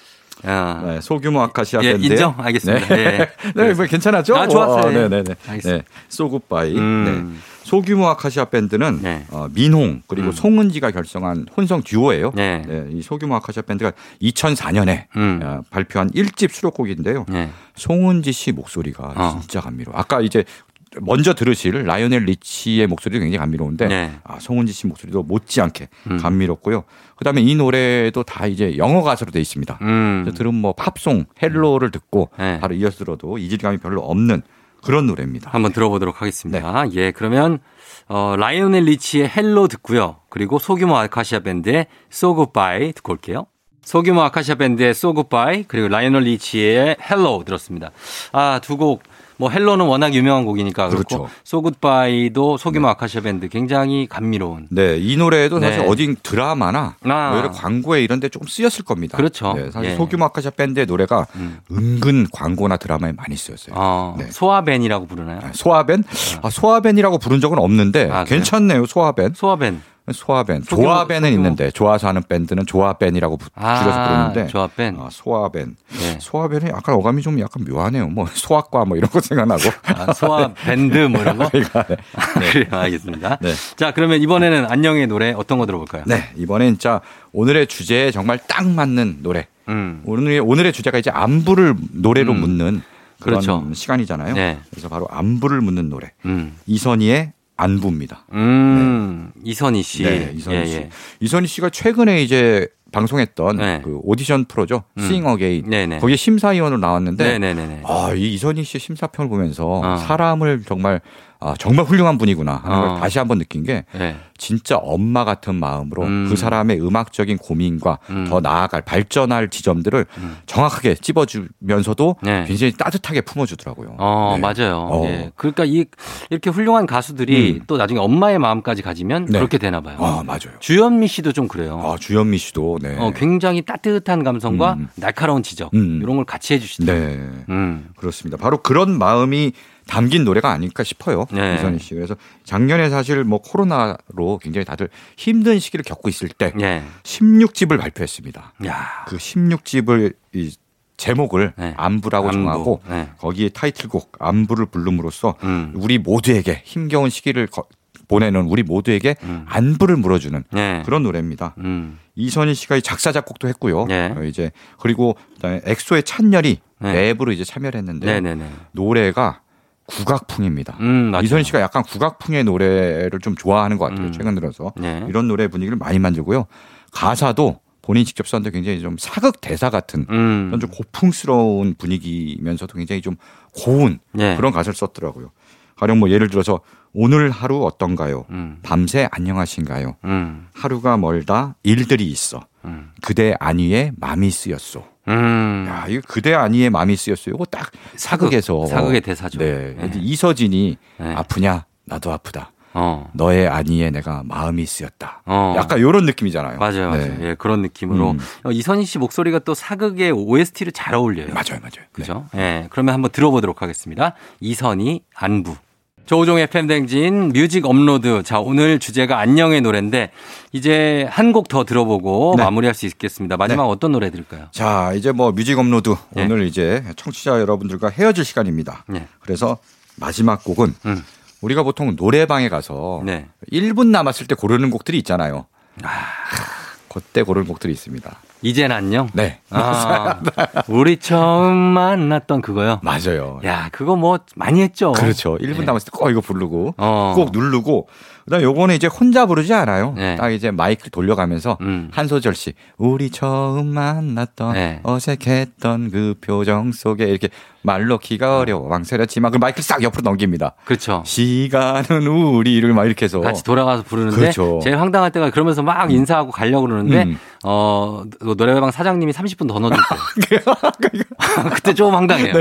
Speaker 1: 야.
Speaker 7: 네, 소규모 아카시아
Speaker 1: 예,
Speaker 7: 밴드.
Speaker 1: 인정. 알겠습니다. 예.
Speaker 7: 네, 뭐 괜찮았죠?
Speaker 1: 아, 좋았어요.
Speaker 7: 어, 네, 네, 네.
Speaker 1: 알겠습니다.
Speaker 7: 네, 소굿바이.
Speaker 1: 음.
Speaker 7: 네. 소규모 아카시아 밴드는
Speaker 1: 네.
Speaker 7: 어, 민홍 그리고 송은지가 결성한 혼성 듀오예요.
Speaker 1: 네.
Speaker 7: 이 소규모 아카시아 밴드가 2004년에 아,
Speaker 1: 음.
Speaker 7: 발표한 1집 수록곡인데요.
Speaker 1: 예.
Speaker 7: 송은지 씨 목소리가
Speaker 1: 어.
Speaker 7: 진짜 감미로워. 아까 이제 먼저 들으실 라이오넬 리치의 목소리도 굉장히 감미로운데
Speaker 1: 네. 음.
Speaker 7: 아, 송은지 씨 목소리도 못지않게 감미롭고요. 그다음에 이 노래도 다 이제 영어 가사로 돼 있습니다.
Speaker 1: 음.
Speaker 7: 그래서 들으면 뭐 팝송 헬로를 듣고
Speaker 1: 네.
Speaker 7: 바로 이어서 들어도 이질감이 별로 없는 그런 노래입니다.
Speaker 1: 한번 들어보도록
Speaker 7: 네.
Speaker 1: 하겠습니다. 예, 그러면 어, 라이오넬 리치의 헬로 듣고요. 그리고 소규모 아카시아 밴드의 So Goodbye 듣고 올게요. 소규모 아카시아 밴드의 So Goodbye 그리고 라이오넬 리치의 헬로 들었습니다. 아, 두 곡. 뭐 헬로는 워낙 유명한 곡이니까 그렇고
Speaker 7: 그렇죠.
Speaker 1: So Goodbye도 소규모 아카시아 밴드 굉장히 감미로운
Speaker 7: 네, 이 노래도 사실
Speaker 1: 네.
Speaker 7: 어딘 드라마나
Speaker 1: 아.
Speaker 7: 뭐 이런 광고에 이런 데 조금 쓰였을 겁니다.
Speaker 1: 그렇죠.
Speaker 7: 네, 사실
Speaker 1: 예.
Speaker 7: 소규모 아카시아 밴드의 노래가
Speaker 1: 음.
Speaker 7: 은근 광고나 드라마에 많이 쓰였어요.
Speaker 1: 어,
Speaker 7: 네.
Speaker 1: 소아밴이라고 부르나요?
Speaker 7: 아, 소아밴? 아, 소아밴이라고 부른 적은 없는데
Speaker 1: 아, 그래요?
Speaker 7: 괜찮네요. 소아밴.
Speaker 1: 소아밴.
Speaker 7: 소아밴.
Speaker 1: 소규모-
Speaker 7: 조아밴은
Speaker 1: 소규모.
Speaker 7: 있는데 좋아서 하는 밴드는 조아밴이라고 부-
Speaker 1: 아,
Speaker 7: 줄여서 부르는데
Speaker 1: 조아밴.
Speaker 7: 아, 소아밴.
Speaker 1: 네.
Speaker 7: 소아밴이 약간 어감이 좀 약간 묘하네요. 뭐 소아과 뭐 이런 거 생각나고.
Speaker 1: 아, 소아밴드 뭐 이런 거? 그래요, 알겠습니다.
Speaker 7: 네.
Speaker 1: 자, 그러면 이번에는 안녕의 노래 어떤 거 들어볼까요?
Speaker 7: 네, 이번엔 진짜 오늘의 주제에 정말 딱 맞는 노래.
Speaker 1: 음.
Speaker 7: 오늘의 오늘의 주제가 이제 안부를 노래로 묻는 그런
Speaker 1: 그렇죠.
Speaker 7: 시간이잖아요.
Speaker 1: 네.
Speaker 7: 그래서 바로 안부를 묻는 노래.
Speaker 1: 음.
Speaker 7: 이선희의 안부입니다.
Speaker 1: 음, 이선희 씨.
Speaker 7: 네, 이선희
Speaker 1: 예,
Speaker 7: 씨.
Speaker 1: 예.
Speaker 7: 이선희 씨가 최근에 이제 방송했던
Speaker 1: 네.
Speaker 7: 그 오디션 프로죠.
Speaker 1: 음.
Speaker 7: 싱 어게인.
Speaker 1: 네네.
Speaker 7: 거기에 심사위원으로 나왔는데
Speaker 1: 네네네네.
Speaker 7: 아, 이 이선희 씨의 심사평을 보면서
Speaker 1: 아.
Speaker 7: 사람을 정말 아, 정말 훌륭한 분이구나 하는
Speaker 1: 아.
Speaker 7: 걸 다시 한번 느낀 게
Speaker 1: 네.
Speaker 7: 진짜 엄마 같은 마음으로
Speaker 1: 음.
Speaker 7: 그 사람의 음악적인 고민과
Speaker 1: 음.
Speaker 7: 더 나아갈 발전할 지점들을 정확하게 찝어주면서도
Speaker 1: 네.
Speaker 7: 굉장히 따뜻하게 품어주더라고요.
Speaker 1: 어,
Speaker 7: 네.
Speaker 1: 맞아요.
Speaker 7: 어. 음.
Speaker 1: 예. 그러니까 이, 이렇게 훌륭한 가수들이 또 나중에 엄마의 마음까지 가지면
Speaker 7: 네.
Speaker 1: 그렇게 되나 봐요.
Speaker 7: 아, 맞아요.
Speaker 1: 주현미 씨도 좀 그래요.
Speaker 7: 아, 주현미 씨도 네.
Speaker 1: 어, 굉장히 따뜻한 감성과
Speaker 7: 음.
Speaker 1: 날카로운 지적
Speaker 7: 음.
Speaker 1: 이런 걸 같이 해주시더라고요.
Speaker 7: 네.
Speaker 1: 음.
Speaker 7: 그렇습니다. 바로 그런 마음이 담긴 노래가 아닐까 싶어요.
Speaker 1: 네.
Speaker 7: 이선희 씨. 그래서 작년에 사실 뭐 코로나로 굉장히 다들 힘든 시기를 겪고 있을 때
Speaker 1: 예. 아.
Speaker 7: 16집을 발표했습니다.
Speaker 1: 야.
Speaker 7: 그 16집을 이 제목을
Speaker 1: 네.
Speaker 7: 안부라고
Speaker 1: 안부.
Speaker 7: 정하고
Speaker 1: 네.
Speaker 7: 거기에 타이틀곡 안부를 부름으로써
Speaker 1: 음.
Speaker 7: 우리 모두에게 힘겨운 시기를 거- 보내는 우리 모두에게
Speaker 1: 음.
Speaker 7: 안부를 물어주는
Speaker 1: 예.
Speaker 7: 그런 노래입니다.
Speaker 1: 음.
Speaker 7: 이선희 씨가 이 작사 작곡도 했고요.
Speaker 1: 예.
Speaker 7: 어, 이제 그리고 그다음에 엑소의 찬열이
Speaker 1: 네.
Speaker 7: 랩으로 이제 참여를 했는데
Speaker 1: 네네네.
Speaker 7: 노래가 국악풍입니다.
Speaker 1: 음, 맞아요.
Speaker 7: 이선희 씨가 약간 국악풍의 노래를 좀 좋아하는 것 같아요.
Speaker 1: 음.
Speaker 7: 최근 들어서
Speaker 1: 네.
Speaker 7: 이런 노래 분위기를 많이 만들고요. 가사도 본인 직접 썼는데 굉장히 좀 사극 대사 같은
Speaker 1: 음.
Speaker 7: 그런 좀 고풍스러운 분위기면서도 굉장히 좀 고운
Speaker 1: 예.
Speaker 7: 그런 가사를 썼더라고요. 가령 뭐 예를 들어서 오늘 하루 어떤가요?
Speaker 1: 음.
Speaker 7: 밤새 안녕하신가요?
Speaker 1: 음.
Speaker 7: 하루가 멀다 일들이 있어.
Speaker 1: 음.
Speaker 7: 그대 안위에 맘이 쓰였소.
Speaker 1: 음.
Speaker 7: 야, 이거 그대 안위에 맘이 쓰였어요. 이거 딱 사극에서
Speaker 1: 사극의 대사죠.
Speaker 7: 네.
Speaker 1: 예.
Speaker 7: 이서진이
Speaker 1: 예.
Speaker 7: 아프냐? 나도 아프다.
Speaker 1: 어.
Speaker 7: 너의 안위에 내가 마음이 쓰였다.
Speaker 1: 어.
Speaker 7: 약간 이런 느낌이잖아요.
Speaker 1: 맞아요. 맞아요.
Speaker 7: 네.
Speaker 1: 예, 그런 느낌으로
Speaker 7: 음.
Speaker 1: 어, 이선희 씨 목소리가 또 사극의 OST를 잘 어울려요.
Speaker 7: 맞아요, 네. 맞아요.
Speaker 1: 그죠? 예. 그러면 한번 들어보도록 하겠습니다. 이선희 안부. 조우종의 팬댕진 뮤직 업로드. 자, 오늘 주제가 안녕의 노래인데 이제 한 곡 더 들어보고
Speaker 7: 네.
Speaker 1: 뭐 마무리할 수 있겠습니다. 마지막 어떤 노래 들을까요?
Speaker 7: 자, 이제 뭐 뮤직 업로드
Speaker 1: 예.
Speaker 7: 오늘 이제 청취자 여러분들과 헤어질 시간입니다.
Speaker 1: 예.
Speaker 7: 그래서 마지막 곡은
Speaker 1: 음.
Speaker 7: 우리가 보통 노래방에 가서
Speaker 1: 네.
Speaker 7: 1분 남았을 때 고르는 곡들이 있잖아요. 그때 고르는 곡들이 있습니다.
Speaker 1: 이젠 안녕.
Speaker 7: 네.
Speaker 1: 아, 우리 처음
Speaker 7: 어.
Speaker 1: 만났던 그거요.
Speaker 7: 맞아요.
Speaker 1: 야, 그거 뭐 많이 했죠.
Speaker 7: 그렇죠. 1분
Speaker 1: 네.
Speaker 7: 남았을 때꼭 이거 부르고
Speaker 1: 어.
Speaker 7: 꼭 누르고 그다음에 요거는 이제 혼자 부르지 않아요.
Speaker 1: 네.
Speaker 7: 딱 이제 마이크 돌려가면서
Speaker 1: 음.
Speaker 7: 한 소절씩 우리 처음 만났던
Speaker 1: 네.
Speaker 7: 어색했던 그 표정 속에 이렇게 말로 기가 어려워 망설였지만 그 마이크 싹 옆으로 넘깁니다.
Speaker 1: 그렇죠.
Speaker 7: 시간은 우리를 막 이렇게 해서
Speaker 1: 같이 돌아가서 부르는데
Speaker 7: 그렇죠.
Speaker 1: 제일 황당할 때가 그러면서 막 인사하고 가려고 그러는데
Speaker 7: 음.
Speaker 1: 어 노래방 사장님이 30분 더 넣어줬대요. 그때 조금 황당해요.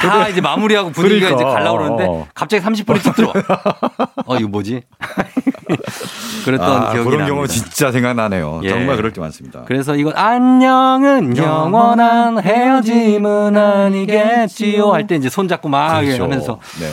Speaker 1: 다 이제 마무리하고 분위기가
Speaker 7: 네. 그러니까.
Speaker 1: 이제 가려고 그러는데
Speaker 7: 어.
Speaker 1: 갑자기 30분이 툭 들어와. 어 이거 뭐지? 그랬던
Speaker 7: 아,
Speaker 1: 기억이
Speaker 7: 그런
Speaker 1: 납니다.
Speaker 7: 경우 진짜 생각나네요.
Speaker 1: 예.
Speaker 7: 정말 그럴 때 많습니다.
Speaker 1: 그래서 이건 안녕은 영원한 헤어짐은 아니겠지요 할 때 이제 손잡고 막
Speaker 7: 그렇죠.
Speaker 1: 하면서
Speaker 7: 네.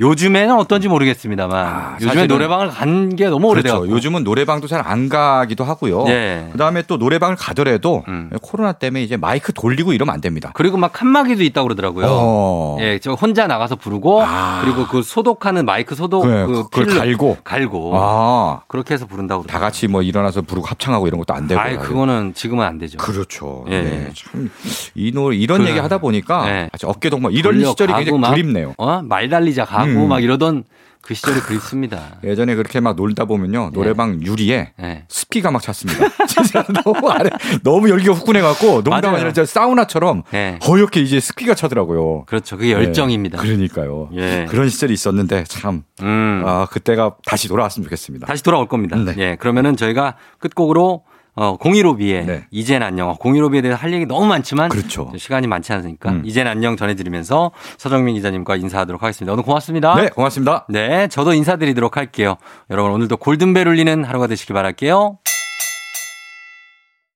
Speaker 1: 요즘에는 어떤지 모르겠습니다만
Speaker 7: 아,
Speaker 1: 요즘에
Speaker 7: 사실은-
Speaker 1: 노래방을 간 게 너무 오래돼요.
Speaker 7: 그렇죠. 요즘은 노래방도 잘 안 가기도 하고요.
Speaker 1: 예.
Speaker 7: 그다음에 또 노래방을 가더라도
Speaker 1: 음.
Speaker 7: 코로나 때문에 이제 마이크 돌리고 이러면 안 됩니다.
Speaker 1: 그리고 막 칸막이도 있다고 그러더라고요.
Speaker 7: 어.
Speaker 1: 예, 저 혼자 나가서 부르고
Speaker 7: 아.
Speaker 1: 그리고 그 소독하는 마이크 소독
Speaker 7: 네,
Speaker 1: 그
Speaker 7: 그걸
Speaker 1: 필름 어.
Speaker 7: 갈고.
Speaker 1: 갈고
Speaker 7: 아,
Speaker 1: 그렇게 해서 부른다고
Speaker 7: 다 같이 뭐 일어나서 부르고 합창하고 이런 것도 안 되고.
Speaker 1: 아, 그거는 지금은 안 되죠.
Speaker 7: 그렇죠.
Speaker 1: 예.
Speaker 7: 네, 참, 이 노래, 이런
Speaker 1: 그-
Speaker 7: 얘기 하다 보니까
Speaker 1: 예.
Speaker 7: 아주 어깨 동무 이런
Speaker 1: 돌려
Speaker 7: 시절이
Speaker 1: 가고
Speaker 7: 굉장히
Speaker 1: 막,
Speaker 7: 그립네요.
Speaker 1: 어? 말 달리자 가고
Speaker 7: 음.
Speaker 1: 막 이러던 그 시절이 그립습니다.
Speaker 7: 예전에 그렇게 막 놀다 보면요. 노래방 유리에
Speaker 1: 예.
Speaker 7: 습기가 막 찼습니다. 진짜 너무 아래, 너무 열기가 후끈해갖고 농담
Speaker 1: 맞아요.
Speaker 7: 아니라 진짜 사우나처럼
Speaker 1: 예.
Speaker 7: 허옇게 이제 습기가 차더라고요.
Speaker 1: 그렇죠. 그게 열정입니다.
Speaker 7: 네, 그러니까요.
Speaker 1: 예.
Speaker 7: 그런 시절이 있었는데 참,
Speaker 1: 음.
Speaker 7: 아, 그때가 다시 돌아왔으면 좋겠습니다.
Speaker 1: 다시 돌아올 겁니다.
Speaker 7: 네.
Speaker 1: 예. 그러면은 저희가 끝곡으로 어, 015B의
Speaker 7: 네.
Speaker 1: 이젠 안녕. 015B에 대해서 할 얘기 너무 많지만
Speaker 7: 그렇죠.
Speaker 1: 시간이 많지 않으니까
Speaker 7: 음.
Speaker 1: 이젠 안녕 전해드리면서 서정민 기자님과 인사하도록 하겠습니다. 오늘 고맙습니다.
Speaker 7: 네, 고맙습니다.
Speaker 1: 네, 저도 인사드리도록 할게요. 여러분 오늘도 골든벨 울리는 하루가 되시길 바랄게요.